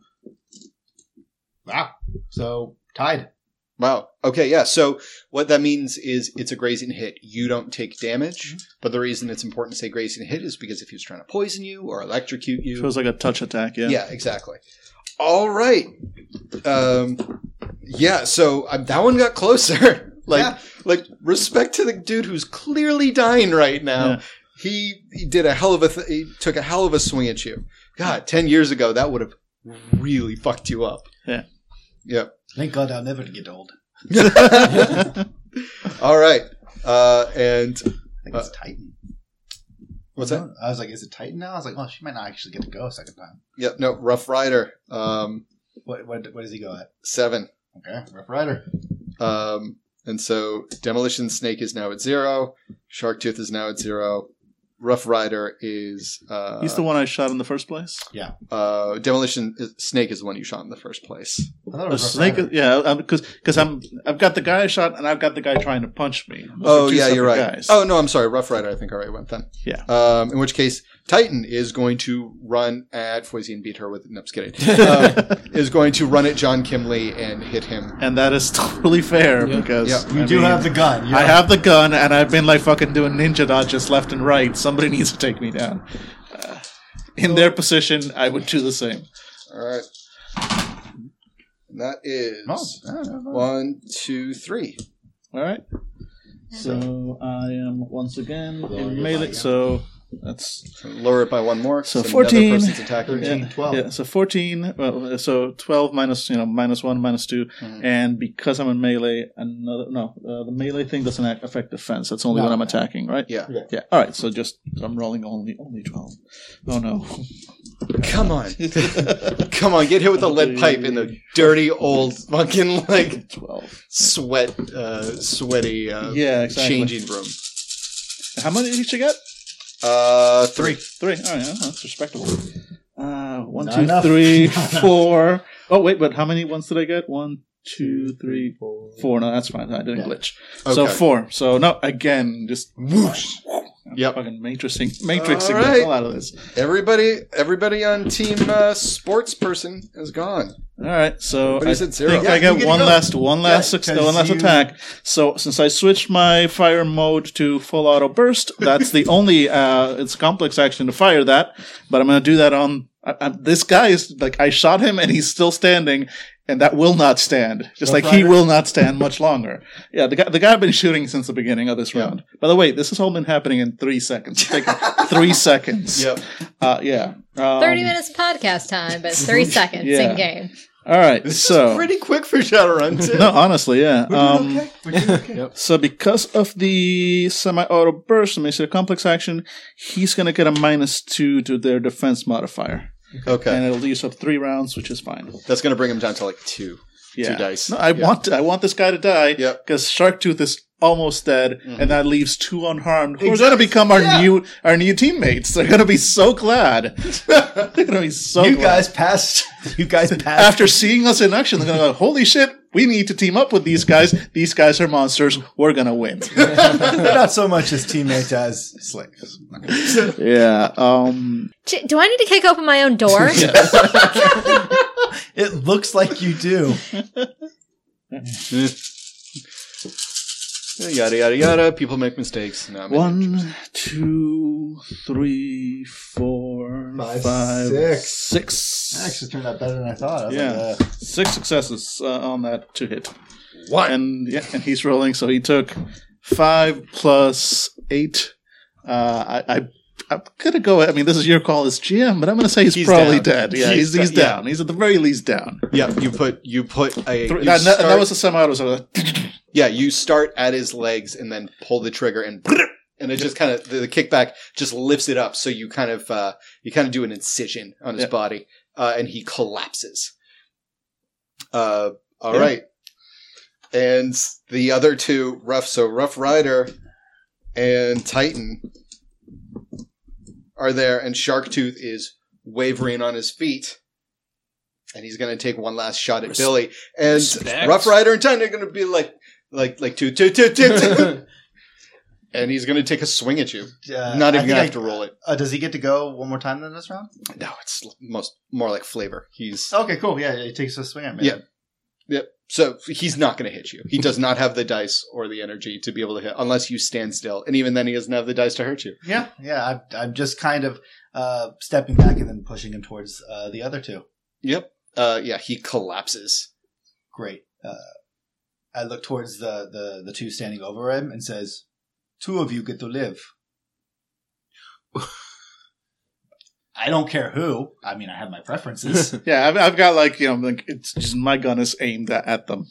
Speaker 8: Wow. So tied.
Speaker 2: Wow. Okay, yeah. So what that means is it's a grazing hit. You don't take
Speaker 6: Mm-hmm.
Speaker 2: damage, but the reason it's important to say grazing hit is because if he was trying to poison you or electrocute you,
Speaker 6: Feels like a touch attack. Yeah.
Speaker 2: yeah. exactly. All right. Um, yeah. So um, that one got closer. like,
Speaker 8: Yeah.
Speaker 2: like respect to the dude who's clearly dying right now.
Speaker 6: Yeah.
Speaker 2: He he did a hell of a th- he took a hell of a swing at you. God, ten years ago that would have really fucked you up.
Speaker 6: Yeah.
Speaker 2: Yep.
Speaker 8: Thank God I'll never get old.
Speaker 2: All right. Uh, and
Speaker 8: I think it's Titan.
Speaker 2: Uh, what's
Speaker 8: No,
Speaker 2: that?
Speaker 8: I was like, is it Titan now? I was like, oh, she might not actually get to go a second time.
Speaker 2: Yep. No, Rough Rider. Um,
Speaker 8: What what, what does he go at?
Speaker 2: seven.
Speaker 8: Okay, Rough Rider.
Speaker 2: Um, and so Demolition Snake is now at zero. Shark Tooth is now at zero. Rough Rider is. Uh,
Speaker 6: He's the one I shot in the first place.
Speaker 2: Uh, Demolition is- Snake is the one you shot in the first place.
Speaker 8: I thought it
Speaker 6: The
Speaker 8: was Rough
Speaker 6: snake.
Speaker 8: Rider.
Speaker 6: Yeah, because because I'm I've got the guy I shot and I've got the guy trying to punch me. Those are
Speaker 2: oh
Speaker 6: two
Speaker 2: yeah, you're
Speaker 6: separate
Speaker 2: right.
Speaker 6: guys.
Speaker 2: Oh no, I'm sorry. Rough Rider, I think already went then.
Speaker 6: Yeah.
Speaker 2: Um, in which case, Titan is going to run at Foisey and beat her with. No, I'm just kidding. Um, is going to run at John Kimley and hit him.
Speaker 6: and that is totally fair because
Speaker 2: Yeah.
Speaker 3: You
Speaker 6: I
Speaker 3: do
Speaker 6: mean,
Speaker 3: have the gun. You
Speaker 6: I have the gun and I've been like fucking doing ninja dodges left and right. Somebody needs to take me down. Uh, in their position, I would do the same.
Speaker 2: All right. And that is
Speaker 8: Oh, I don't know.
Speaker 2: one, two, three.
Speaker 6: All right. So I am once again
Speaker 8: Lower
Speaker 6: in
Speaker 8: your
Speaker 6: melee.
Speaker 8: body
Speaker 6: So that's
Speaker 2: Lower it by one more.
Speaker 6: So
Speaker 2: another
Speaker 6: 14.
Speaker 2: person's attacking.
Speaker 6: yeah,
Speaker 8: 12.
Speaker 6: yeah. So fourteen. Well, so twelve minus you know minus one minus two,
Speaker 2: Mhm.
Speaker 6: and because I'm in melee, another no uh, the melee thing doesn't act- affect defense. That's only
Speaker 8: No.
Speaker 6: when I'm attacking, right?
Speaker 2: Yeah.
Speaker 8: Yeah.
Speaker 6: Yeah. All right. So just I'm rolling only only twelve. Oh no.
Speaker 2: Come on. Come on, get hit with a lead pipe in the dirty old fucking like
Speaker 6: twelve.
Speaker 2: sweat uh sweaty uh
Speaker 6: yeah. Exactly.
Speaker 2: changing room.
Speaker 6: How many did each you get?
Speaker 2: Uh three.
Speaker 6: Three. All right, oh, that's respectable. Uh, one,
Speaker 8: Not
Speaker 6: two,
Speaker 8: enough.
Speaker 6: three, four. Oh wait, but how many ones did I get? One, two, three, four. No, that's fine. I didn't glitch. So
Speaker 2: Okay.
Speaker 6: four. So no, again, just whoosh.
Speaker 2: Yep.
Speaker 6: Fucking matrixing, matrixing
Speaker 2: All
Speaker 6: the
Speaker 2: right.
Speaker 6: hell out of this.
Speaker 2: Everybody, everybody on team uh, sports person is gone.
Speaker 6: All right, so
Speaker 2: But he
Speaker 6: I
Speaker 2: said zero.
Speaker 6: think
Speaker 2: Yeah,
Speaker 6: I
Speaker 2: you
Speaker 6: got
Speaker 2: get to
Speaker 6: one
Speaker 2: go.
Speaker 6: last, one last, suc-
Speaker 3: because
Speaker 6: one last
Speaker 3: you-
Speaker 6: attack. So since I switched my fire mode to full auto burst, that's the only. Uh, it's complex action to fire that, but I'm going to do that on I, I, this guy is like I shot him and he's still standing, and that will not stand. Just like he will not stand much longer. Yeah, the guy, the guy I've been shooting since the beginning of this round. By the way, this has all been happening in three seconds. Like three seconds.
Speaker 2: Yep.
Speaker 6: Uh, yeah. Um,
Speaker 9: 30 minutes podcast time, but it's three seconds
Speaker 6: Yeah.
Speaker 9: in game.
Speaker 6: All right. so
Speaker 2: Pretty quick for Shadowrun too.
Speaker 6: no, honestly, yeah. Um,
Speaker 2: Yep.
Speaker 6: So because of the semi-auto burst, I mean, it's a complex action. He's gonna get a minus two to their defense modifier, and
Speaker 2: Okay,
Speaker 6: it'll use up three rounds, which is fine.
Speaker 2: that's gonna bring him down to like two.
Speaker 6: Yeah.
Speaker 2: dice.
Speaker 6: No, I
Speaker 2: Yeah.
Speaker 6: want I want this guy to die
Speaker 2: Yep. Mm-hmm.
Speaker 6: because Shark Tooth is almost dead, and that leaves two unharmed. Who's gonna
Speaker 2: Exactly.
Speaker 6: become our
Speaker 2: Yeah.
Speaker 6: new our new teammates? They're gonna be so glad. they're gonna be so
Speaker 3: You
Speaker 6: glad.
Speaker 3: guys passed. You guys passed.
Speaker 6: after seeing us in action, they're gonna go, "Holy shit, we need to team up with these guys. These guys are monsters. We're gonna win."
Speaker 3: They're not so much as teammates as slaves.
Speaker 6: yeah. Um.
Speaker 4: J- Do I need to kick open my own door?
Speaker 3: It looks like you do.
Speaker 2: Yada yada yada. People make mistakes. No, I'm an idiot.
Speaker 6: One, two, three, four,
Speaker 3: Five,
Speaker 6: five,
Speaker 3: six.
Speaker 6: six.
Speaker 3: Actually, turned out better than I thought. I was
Speaker 6: Yeah,
Speaker 3: like, uh,
Speaker 6: six successes uh, on that to hit. What? And yeah, and he's rolling. So he took five plus eight. Uh, I, I I'm gonna go. I mean, this is your call as GM, but I'm gonna say he's,
Speaker 2: He's
Speaker 6: probably
Speaker 2: down.
Speaker 6: dead. Yeah,
Speaker 2: He's
Speaker 6: he's, he's
Speaker 2: down, yeah.
Speaker 6: down. He's at the very least down.
Speaker 2: Yeah, you put you put a you
Speaker 6: Three- that, that- that
Speaker 2: start-
Speaker 6: was the semi auto. So
Speaker 2: yeah. You start at his legs and then pull the trigger and and it just kind of the, the kickback just lifts it up. So you kind of uh, you kind of do an incision on his
Speaker 6: Yeah.
Speaker 2: body uh, and he collapses. Uh, all
Speaker 6: Yeah.
Speaker 2: right, and the other two rough so rough rider and Titan are there, and Sharktooth is wavering on his feet. And he's gonna take one last shot at
Speaker 7: Res-
Speaker 2: Billy. And
Speaker 7: respect.
Speaker 2: Rough Rider and Titan are gonna be like like like two two two two two And he's gonna take a swing at you.
Speaker 3: uh,
Speaker 2: Not
Speaker 3: I
Speaker 2: even
Speaker 3: think
Speaker 2: gonna
Speaker 3: I-
Speaker 2: have to roll it.
Speaker 3: Uh, does he get to go one more time than this round?
Speaker 2: No, it's most more like flavor. He's
Speaker 3: Okay, cool. Yeah, it takes a swing at me.
Speaker 2: Yeah. so he's not gonna hit you. He does not have the dice or the energy to be able to hit unless you stand still. And even then he doesn't have the dice to hurt you.
Speaker 3: Yeah, yeah. I'm, I'm just kind of uh, stepping back and then pushing him towards uh, the other two.
Speaker 2: Yep. Uh yeah, he collapses.
Speaker 3: Great. Uh, I look towards the, the, the two standing over him and says, Two of you get to live. I don't care who. I mean, I have my preferences.
Speaker 6: yeah, I've, I've got like you know, like it's just my gun is aimed at, at them.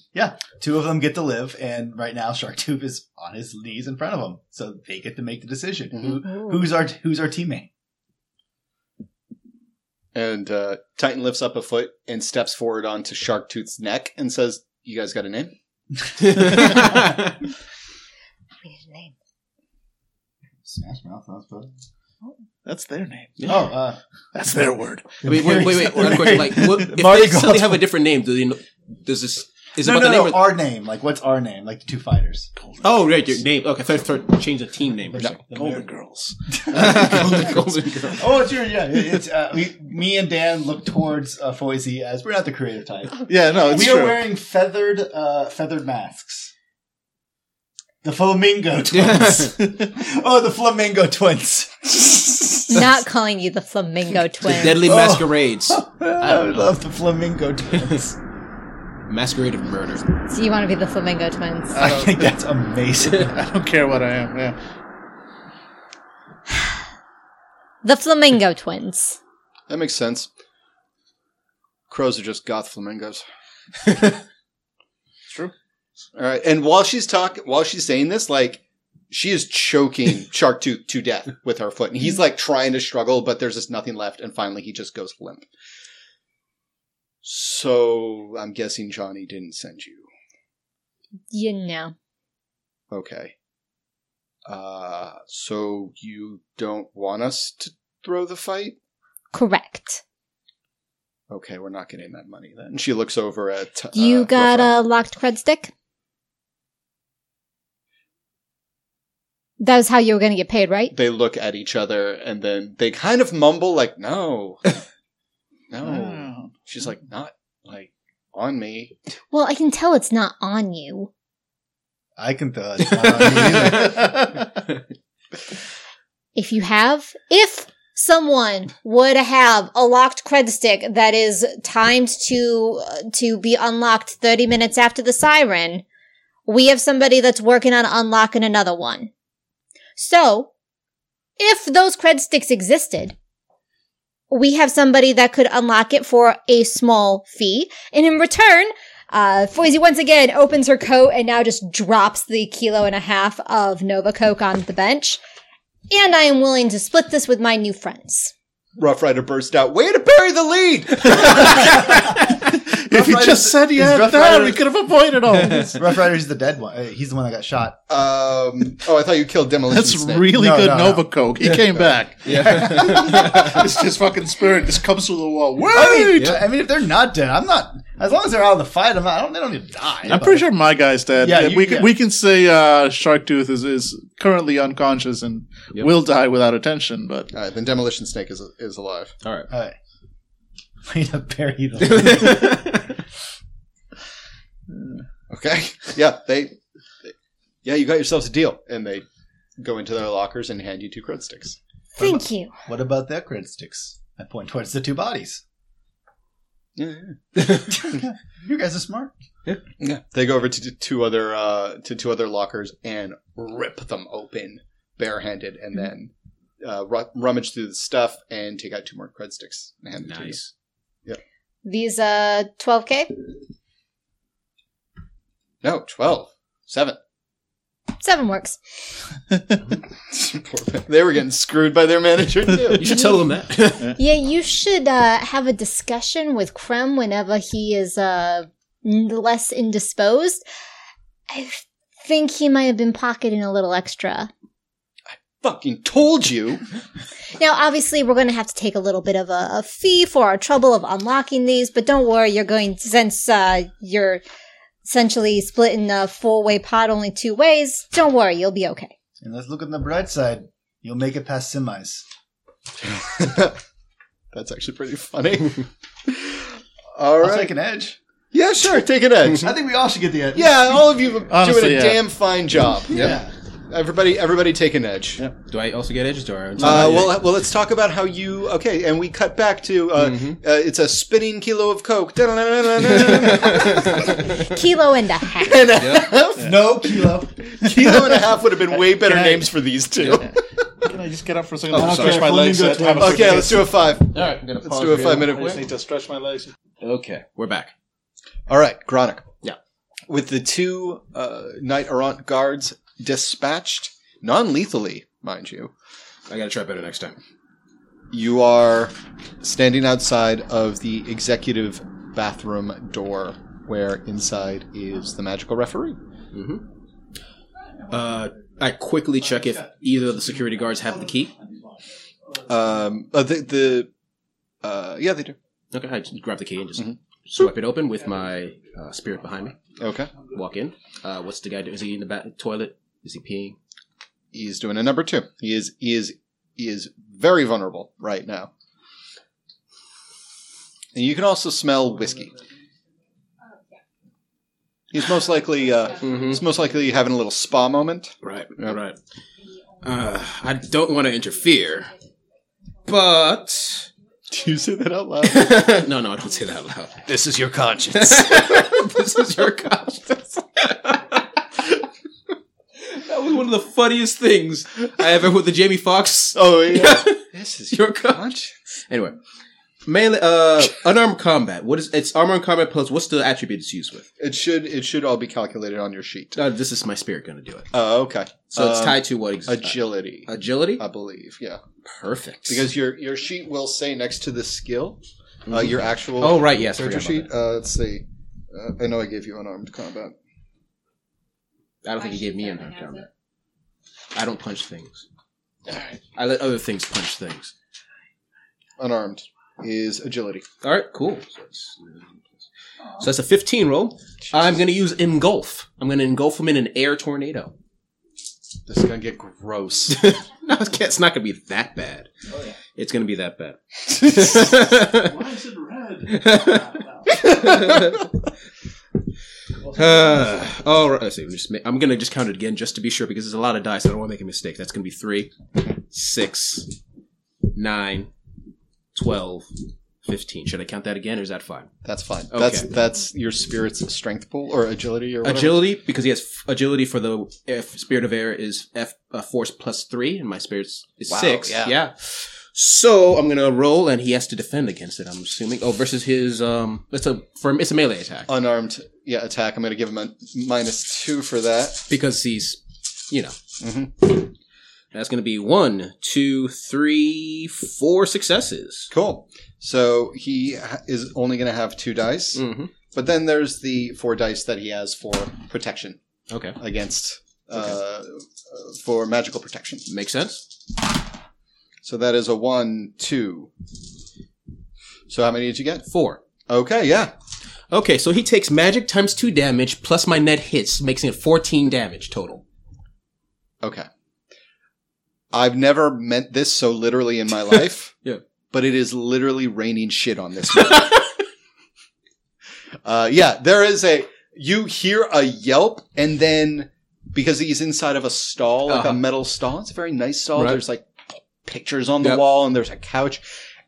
Speaker 3: two of them get to live, and right now Sharktooth is on his knees in front of him, so they get to make the decision. Who, who's our Who's our teammate?
Speaker 2: And uh, Titan lifts up a foot and steps forward onto Sharktooth's neck and says, "You guys got a name?"
Speaker 4: We need a name.
Speaker 3: Smash Mouth. That's good.
Speaker 6: That's their name.
Speaker 3: Oh, uh,
Speaker 6: That's their word.
Speaker 7: I mean, wait, wait, wait. One question: Like, what, if
Speaker 3: Mardi
Speaker 7: they suddenly
Speaker 3: Gras.
Speaker 7: have a different name, do they? Know, does this is it
Speaker 3: no,
Speaker 7: about
Speaker 3: no,
Speaker 7: the
Speaker 3: no.
Speaker 7: name? or,
Speaker 3: our name. Like, what's our name? Like the two fighters.
Speaker 7: oh, right, your name. Okay, so I thought you change the team name. Or something.
Speaker 6: Golden Girls.
Speaker 7: Golden, Golden Girl.
Speaker 3: Oh, it's your yeah. it- It's uh, we, me and Dan look towards uh, Foisey as we're not the creative type.
Speaker 6: Yeah, no, it's
Speaker 3: we
Speaker 6: true.
Speaker 3: are wearing feathered uh, feathered masks. The flamingo twins. oh, the flamingo twins.
Speaker 4: Not calling you the flamingo
Speaker 7: The
Speaker 4: twin.
Speaker 2: Oh.
Speaker 7: Deadly Masquerades.
Speaker 3: Oh. I love the flamingo twins.
Speaker 7: Masquerade of murder.
Speaker 4: So you want to be the flamingo twins?
Speaker 6: Uh,
Speaker 3: I think that's amazing.
Speaker 6: I don't care what I am. Yeah.
Speaker 4: The flamingo twins.
Speaker 2: That makes sense. Crows are just goth flamingos.
Speaker 6: True.
Speaker 2: All right. And while she's talking, while she's saying this, like she is choking Sharktooth to death with her foot, and he's like trying to struggle, but there's just nothing left, and finally he just goes limp. So I'm guessing Johnny didn't send you.
Speaker 4: You know.
Speaker 2: Okay. Uh, so you don't want us to throw the fight?
Speaker 4: Correct.
Speaker 2: Okay, we're not getting that money then. She looks over at. uh,
Speaker 4: You got
Speaker 2: Rafael.
Speaker 4: a locked cred stick? That was how you were going to get paid, right?
Speaker 2: They look at each other and then they kind of mumble like, "No, no."
Speaker 6: Oh.
Speaker 2: She's like, "Not like on me."
Speaker 4: Well, I can tell it's not on you.
Speaker 1: I can tell. It's not on you either.
Speaker 4: If you have, if someone would have a locked cred stick that is timed to uh, to be unlocked 30 minutes after the siren, we have somebody that's working on unlocking another one. So, if those cred sticks existed, we have somebody that could unlock it for a small fee, and in return, uh, Foisey once again opens her coat and now just drops the kilo and a half of Nova Coke on the bench. And I am willing to split this with my new friends.
Speaker 2: Rough Rider burst out, "Way to bury the lead!"
Speaker 6: if you just said you
Speaker 1: is
Speaker 6: had
Speaker 1: Rough
Speaker 6: that,
Speaker 1: Rider-
Speaker 6: we could have avoided all this.
Speaker 1: Rough Rider's the dead one. Uh, He's the one that got shot.
Speaker 2: Um, oh, I thought you killed Demolition
Speaker 6: That's
Speaker 2: Snake.
Speaker 6: really
Speaker 1: No,
Speaker 6: good
Speaker 1: no, no.
Speaker 6: Nova Coke. He came back. Yeah. it's just fucking spirit just comes through the wall. Wait!
Speaker 1: I mean, I mean, if they're not dead, I'm not. As long as they're out of the fight, I'm not. I don't. They don't need to die.
Speaker 6: I'm pretty sure my guy's dead.
Speaker 1: Yeah,
Speaker 6: Yeah,
Speaker 1: you-
Speaker 6: we can
Speaker 1: yeah.
Speaker 6: we can say uh, Sharktooth is, is currently unconscious and
Speaker 7: Yep.
Speaker 6: will die without attention, but
Speaker 2: All right, then Demolition Snake is is alive.
Speaker 7: All right.
Speaker 1: All right. Way to bury them.
Speaker 2: Okay, yeah, they, they- yeah, you got yourselves a deal, and they go into their lockers and hand you two cred sticks.
Speaker 4: Thank you.
Speaker 1: what about their cred sticks? I point towards the two bodies.
Speaker 2: Yeah,
Speaker 1: You guys are smart.
Speaker 2: yeah. They go over to t- two other uh, to two other lockers and rip them open barehanded, and then uh, ru- rummage through the stuff and take out two more cred sticks. And hand them to you.
Speaker 7: Nice.
Speaker 4: These uh 12k?
Speaker 2: No, twelve. Seven.
Speaker 4: Seven works.
Speaker 2: Poor man. they were getting screwed by their manager too.
Speaker 7: You should tell them that.
Speaker 4: Yeah, you should uh have a discussion with Krem whenever he is uh n- less indisposed. I think he might have been pocketing a little extra.
Speaker 2: Fucking told you.
Speaker 4: Now, obviously, we're going to have to take a little bit of a, a fee for our trouble of unlocking these, but don't worry, you're going since uh, you're essentially splitting a four-way pot only two ways. Don't worry, you'll be okay.
Speaker 1: And let's look on the bright side. You'll make it past semis.
Speaker 2: That's actually pretty funny. All right.
Speaker 1: I'll take an edge.
Speaker 2: yeah, sure. Take an edge.
Speaker 1: I think we all should get the edge.
Speaker 2: yeah, all of you are doing
Speaker 6: Honestly,
Speaker 2: a
Speaker 6: yeah.
Speaker 2: damn fine job.
Speaker 1: Yeah.
Speaker 2: Everybody, everybody, take an edge.
Speaker 6: Yep.
Speaker 7: Do I also get edges, or?
Speaker 2: Uh, well, well, let's talk about how you. Okay, and we cut back to uh, uh, it's a spinning kilo of coke. kilo
Speaker 4: Kilo and a half.
Speaker 1: No kilo.
Speaker 2: and a half would have been way better
Speaker 6: Can I-
Speaker 2: names for these two.
Speaker 6: Can I just get up for a second?
Speaker 2: Oh,
Speaker 6: I'll
Speaker 2: sorry.
Speaker 6: stretch my
Speaker 1: Let me
Speaker 6: legs.
Speaker 1: go
Speaker 6: out,
Speaker 1: to
Speaker 6: have a quick
Speaker 2: Okay,
Speaker 6: piss.
Speaker 2: let's do a five.
Speaker 7: all right, I'm gonna
Speaker 2: Let's do a five minute
Speaker 6: I just need
Speaker 2: break.
Speaker 6: to stretch my legs.
Speaker 7: Okay, we're back.
Speaker 2: All right, Gronic.
Speaker 7: Yeah.
Speaker 2: With the two uh, knight errant guards dispatched non lethally, mind you,
Speaker 7: I gotta try better next time.
Speaker 2: You are standing outside of the executive bathroom door, where inside is the magical referee.
Speaker 7: Uh, I quickly check if either of the security guards have the key.
Speaker 2: Um, uh, the the uh, yeah, they do.
Speaker 7: Okay, I just grab the key and just
Speaker 2: Mm-hmm.
Speaker 7: swipe it open with my uh, spirit behind me.
Speaker 2: Okay,
Speaker 7: Walk in. Uh, what's the guy doing? Is he in the back toilet? Is he peeing?
Speaker 2: he's doing a number two. He is he is he is very vulnerable right now, and you can also smell whiskey.
Speaker 6: Oh,
Speaker 2: He's most likely uh,
Speaker 7: Mm-hmm.
Speaker 2: he's most likely having a little spa moment.
Speaker 7: Right. All right. Uh, I don't want to interfere, but
Speaker 2: Did you say that out loud?
Speaker 7: no, no, don't say that out loud.
Speaker 2: this is your conscience.
Speaker 7: this is your conscience. that was one of the funniest things I ever with the Jamie Foxx.
Speaker 2: oh yeah, this is
Speaker 7: Your conscience. Anyway, melee, uh, unarmed combat. What is it's armor and combat plus? What's the attribute it's used with?
Speaker 2: It should it should all be calculated on your sheet.
Speaker 7: Uh, this is my spirit going to do it.
Speaker 2: Oh, okay.
Speaker 7: So it's
Speaker 2: Um,
Speaker 7: tied to what exactly?
Speaker 2: agility,
Speaker 7: agility.
Speaker 2: I believe. Yeah,
Speaker 7: uh, Perfect.
Speaker 2: because your your sheet will say next to the skill, uh, your actual
Speaker 7: oh right, yes.
Speaker 2: character
Speaker 7: forgot about
Speaker 2: sheet. Uh, let's see. Uh, I know I gave you unarmed combat.
Speaker 7: that. I don't think he gave me unarmed combat. I don't punch things. I let other things punch things.
Speaker 2: Unarmed is agility.
Speaker 7: All right, cool. So, it's, so that's a 15 roll. I'm going to use engulf. I'm going to engulf him in an air tornado.
Speaker 2: This is gonna get gross.
Speaker 7: no, it can't- it's not going to be that bad. It's going to be that bad.
Speaker 6: Oh, Why is it red?
Speaker 7: uh, all right, let's see, we just ma- I'm going to just count it again just to be sure because there's a lot of dice. So I don't want to make a mistake. That's going to be three, six, nine, twelve, fifteen. Should I count that again or is that fine?
Speaker 2: That's fine. That's
Speaker 7: Okay.
Speaker 2: that's your spirit's strength pool or agility or whatever.
Speaker 7: Agility, because he has f- agility for the F, spirit of air is F uh, force plus three, and my spirit is
Speaker 2: Wow,
Speaker 7: six.
Speaker 2: yeah.
Speaker 7: Yeah. So I'm gonna roll, and he has to defend against it. I'm assuming. Oh, versus his um, it's a from it's a melee attack
Speaker 2: Unarmed, yeah, attack. I'm gonna give him a minus two for that.
Speaker 7: because he's, you know,
Speaker 2: Mhm.
Speaker 7: that's gonna be one, two, three, four successes.
Speaker 2: Cool. So he ha- is only gonna have two dice,
Speaker 7: hmm
Speaker 2: but then there's the four dice that he has for protection
Speaker 7: Okay,
Speaker 2: against uh, uh, for magical protection.
Speaker 7: makes sense.
Speaker 2: So that is a one, two. So how many did you get?
Speaker 7: Four.
Speaker 2: Okay, yeah,
Speaker 7: Okay, so he takes magic times two damage plus my net hits, making it fourteen damage total.
Speaker 2: Okay. I've never meant this so literally in my life.
Speaker 7: Yeah.
Speaker 2: But it is literally raining shit on this. man. uh, yeah, there is a. You hear a yelp, and then because he's inside of a stall, like a
Speaker 7: Uh-huh.
Speaker 2: metal stall, it's a very nice stall.
Speaker 7: Right.
Speaker 2: There's like pictures on the
Speaker 7: Yep.
Speaker 2: wall, and there's a couch,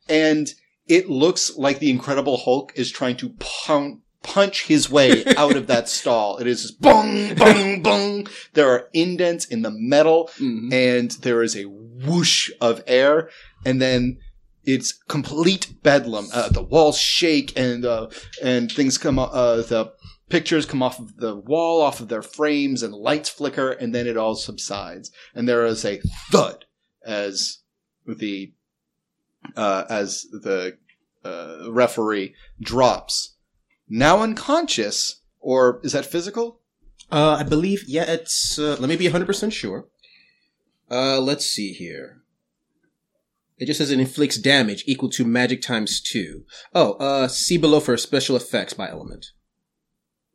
Speaker 2: and it looks like the Incredible Hulk is trying to pound. Punch his way out of that stall. It is just bong, bong, bong. There are indents in the metal
Speaker 7: Mhm.
Speaker 2: and there is a whoosh of air, and then it's complete bedlam. Uh, the walls shake, and uh, and things come. o- Uh, the pictures come off of the wall, off of their frames, and lights flicker, and then it all subsides. And there is a thud as the uh, as the uh, referee drops, now unconscious, or is that physical?
Speaker 7: Uh, I believe, yeah, it's, uh, let me be 100% sure. Uh, let's see here. It just says it inflicts damage equal to magic times two. Oh, uh, see below for special effects by element.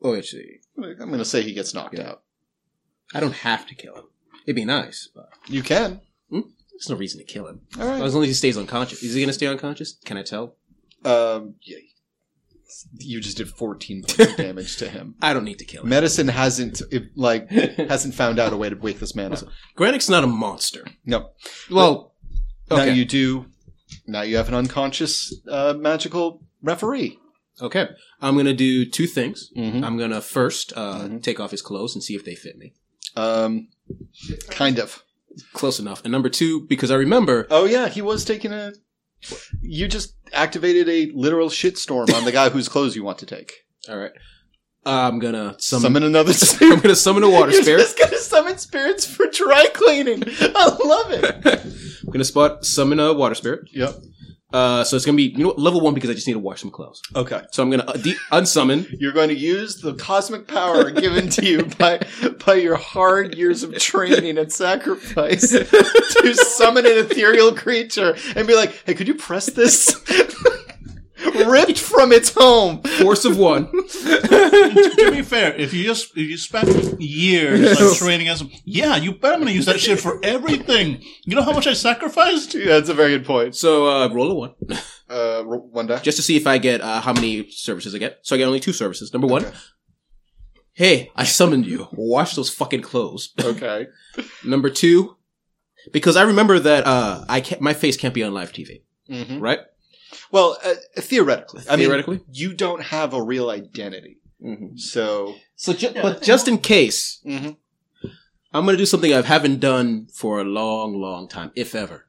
Speaker 7: Oh, let's see.
Speaker 2: I'm going to say he gets knocked
Speaker 7: Yeah.
Speaker 2: out.
Speaker 7: I don't have to kill him. It'd be nice, but
Speaker 2: You can.
Speaker 7: there's no reason to kill him.
Speaker 2: All right.
Speaker 7: As long as he stays unconscious. Is he gonna stay unconscious? Can I tell?
Speaker 2: Um, yeah, you just did 14 points of damage to him.
Speaker 7: I don't need to kill him.
Speaker 2: Medicine hasn't it, like hasn't found out a way to wake this man up.
Speaker 7: Granix's not a monster.
Speaker 2: No.
Speaker 7: Well,
Speaker 2: Now
Speaker 7: okay.
Speaker 2: you do. Now you have an unconscious uh, magical referee.
Speaker 7: okay. I'm gonna do two things.
Speaker 2: Mm-hmm.
Speaker 7: I'm gonna first, uh,
Speaker 2: Mhm.
Speaker 7: take off his clothes and see if they fit me.
Speaker 2: Um, kind of.
Speaker 7: Close enough. And number two, because I remember.
Speaker 2: Oh yeah, he was taking a. You just activated a literal shitstorm on the guy whose clothes you want to take.
Speaker 7: All right, I'm gonna summon.
Speaker 2: Summon another
Speaker 7: I'm
Speaker 2: spirit.
Speaker 7: gonna summon a water
Speaker 2: You're
Speaker 7: spirit.
Speaker 2: just gonna summon spirits for dry cleaning. I love it.
Speaker 7: I'm gonna spot summon a water spirit.
Speaker 2: Yep.
Speaker 7: Uh, so it's gonna be you know what, level one because I just need to wash some clothes.
Speaker 2: Okay.
Speaker 7: So I'm gonna uh, de- unsummon.
Speaker 2: You're going to use the cosmic power given to you by by your hard years of training and sacrifice to summon an ethereal creature and be like, "Hey, could you press this?" Ripped from its home.
Speaker 7: Force of one.
Speaker 6: to be fair, if you just if you spent years like, training as a yeah, you bet I'm gonna use that shit for everything. You know how much I sacrificed?
Speaker 2: Yeah, that's a very good point.
Speaker 7: so uh, roll a one
Speaker 2: Uh, ro- one die.
Speaker 7: just to see if I get uh, how many services I get. So I get only two services. Number one. Hey, I summoned you. Wash those fucking clothes.
Speaker 2: Okay.
Speaker 7: Number two, because I remember that uh, I can't, my face can't be on live TV,
Speaker 2: hmm
Speaker 7: right?
Speaker 2: Well, uh, theoretically, I mean,
Speaker 7: Theoretically.
Speaker 2: you don't have a real identity, so
Speaker 7: So, ju- but just in case,
Speaker 2: Mhm.
Speaker 7: I'm gonna do something I haven't done for a long, long time, if ever.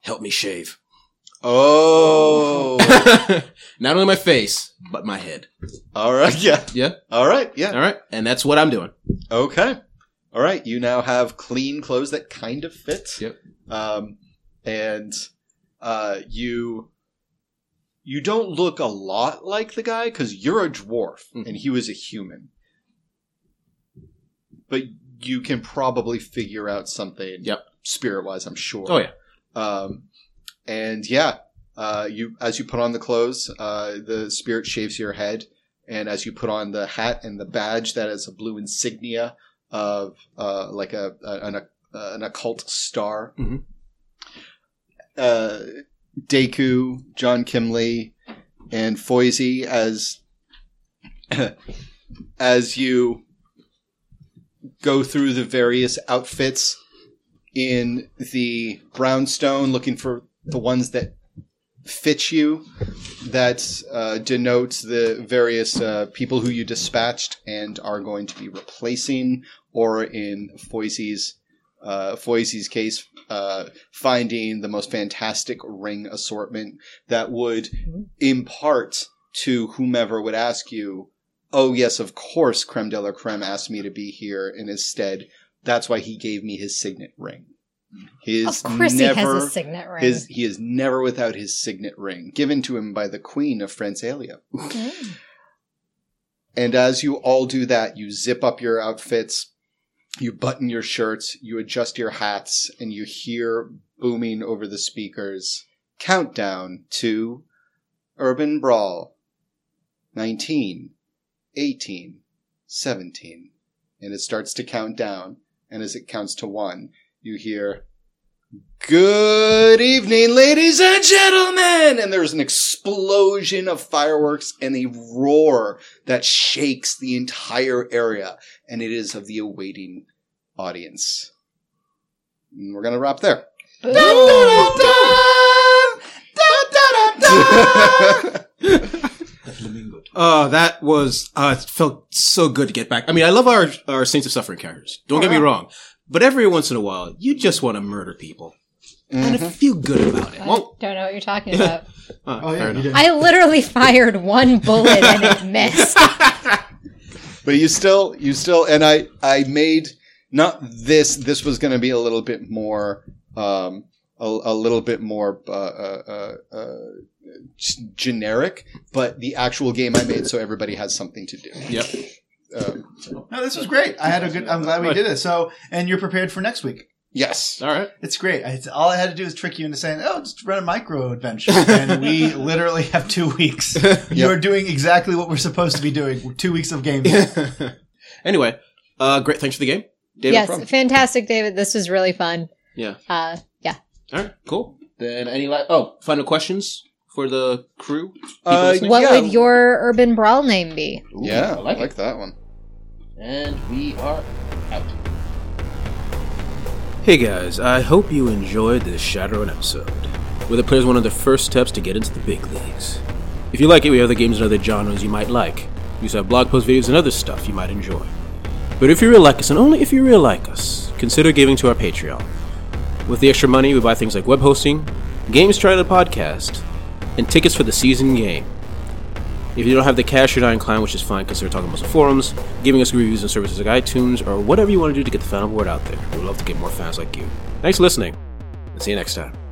Speaker 7: Help me shave.
Speaker 2: oh,
Speaker 7: Not only my face, but my head.
Speaker 2: all right, yeah,
Speaker 7: Yeah.
Speaker 2: all right, yeah.
Speaker 7: All right, and that's what I'm doing.
Speaker 2: Okay. All right. You now have clean clothes that kind of fit.
Speaker 7: Yep.
Speaker 2: Um, and uh, you you don't look a lot like the guy because you're a dwarf
Speaker 7: Mhm.
Speaker 2: and he was a human, but you can probably figure out something.
Speaker 7: Yep.
Speaker 2: Spirit wise, I'm sure.
Speaker 7: Oh yeah.
Speaker 2: Um, and yeah, uh, you as you put on the clothes, uh, the spirit shaves your head, and as you put on the hat and the badge that is a blue insignia of uh, like a, a an, uh, an occult star.
Speaker 1: Mhm.
Speaker 2: Uh, Deku, John Kimley, and Foisey as as you go through the various outfits in the brownstone, looking for the ones that fit you. That uh, denotes the various uh, people who you dispatched and are going to be replacing, or in Foisey's uh, Foisey's case, uh, finding the most fantastic ring assortment that would impart to whomever would ask you, "Oh yes, of course, Creme de la Creme asked me to be here," and instead, that's why he gave me his signet ring. His
Speaker 9: Of course, he
Speaker 2: never-
Speaker 9: has a signet ring.
Speaker 2: his, he is never without his signet ring, given to him by the Queen of Francalia.
Speaker 9: Hmm.
Speaker 2: And as you all do that, you zip up your outfits, you button your shirts, you adjust your hats, and you hear booming over the speakers countdown to Urban Brawl 19, 18, 17. And it starts to count down. And as it counts to one, you hear. Good evening, ladies and gentlemen! And there's an explosion of fireworks and a roar that shakes the entire area, and it is of the awaiting audience. And we're gonna wrap there.
Speaker 1: Uh, that was uh, it felt so good to get back. I mean, I love our our Saints of Suffering characters. Don't get me wrong, but every once in a while, you just want to murder people and
Speaker 4: Mm-hmm.
Speaker 1: to feel good about it. Well,
Speaker 9: Don't know what you're talking about.
Speaker 1: uh, fair
Speaker 4: Oh, yeah, you
Speaker 1: enough.
Speaker 4: did.
Speaker 9: I literally fired one bullet and it missed.
Speaker 2: But you still, you still, and I, I made not this. This was going to be a little bit more, um, a, a little bit more uh, uh, uh, uh, g- generic. But the actual game I made, so everybody has something to do.
Speaker 1: Yep.
Speaker 2: Um,
Speaker 3: No, this was great. I had a good. I'm glad we did it. So, and you're prepared for next week.
Speaker 2: yes.
Speaker 1: All right.
Speaker 3: It's great. It's, all I had to do is trick you into saying, "Oh, just run a micro adventure," and we literally have two weeks. You are doing exactly what we're supposed to be doing. Two weeks of games.
Speaker 1: anyway, uh, great. Thanks for the game, David.
Speaker 9: yes,
Speaker 1: Frum.
Speaker 9: fantastic, David. This was really fun.
Speaker 1: Yeah.
Speaker 9: Uh, yeah.
Speaker 1: All right. Cool. Then any la- oh final questions for the crew? People
Speaker 2: Uh,
Speaker 1: listening?
Speaker 9: What
Speaker 2: Yeah.
Speaker 9: would your urban brawl name be?
Speaker 1: Ooh,
Speaker 2: Yeah, I
Speaker 1: I
Speaker 2: like,
Speaker 1: like it.
Speaker 2: that one.
Speaker 1: And we are out. Hey guys, I hope you enjoyed this Shadowrun episode, where the player's one of the first steps to get into the big leagues. If you like it, we have other games and other genres you might like. We also have blog posts, videos, and other stuff you might enjoy. But if you really like us, and only if you really like us, consider giving to our Patreon. With the extra money, we buy things like web hosting, games try the podcast, and tickets for the season game. If you don't have the cash, you're not inclined, which is fine. Consider talking about us on forums, giving us reviews on services like iTunes, or whatever you want to do to get the final word out there. We'd love to get more fans like you. Thanks for listening, and see you next time.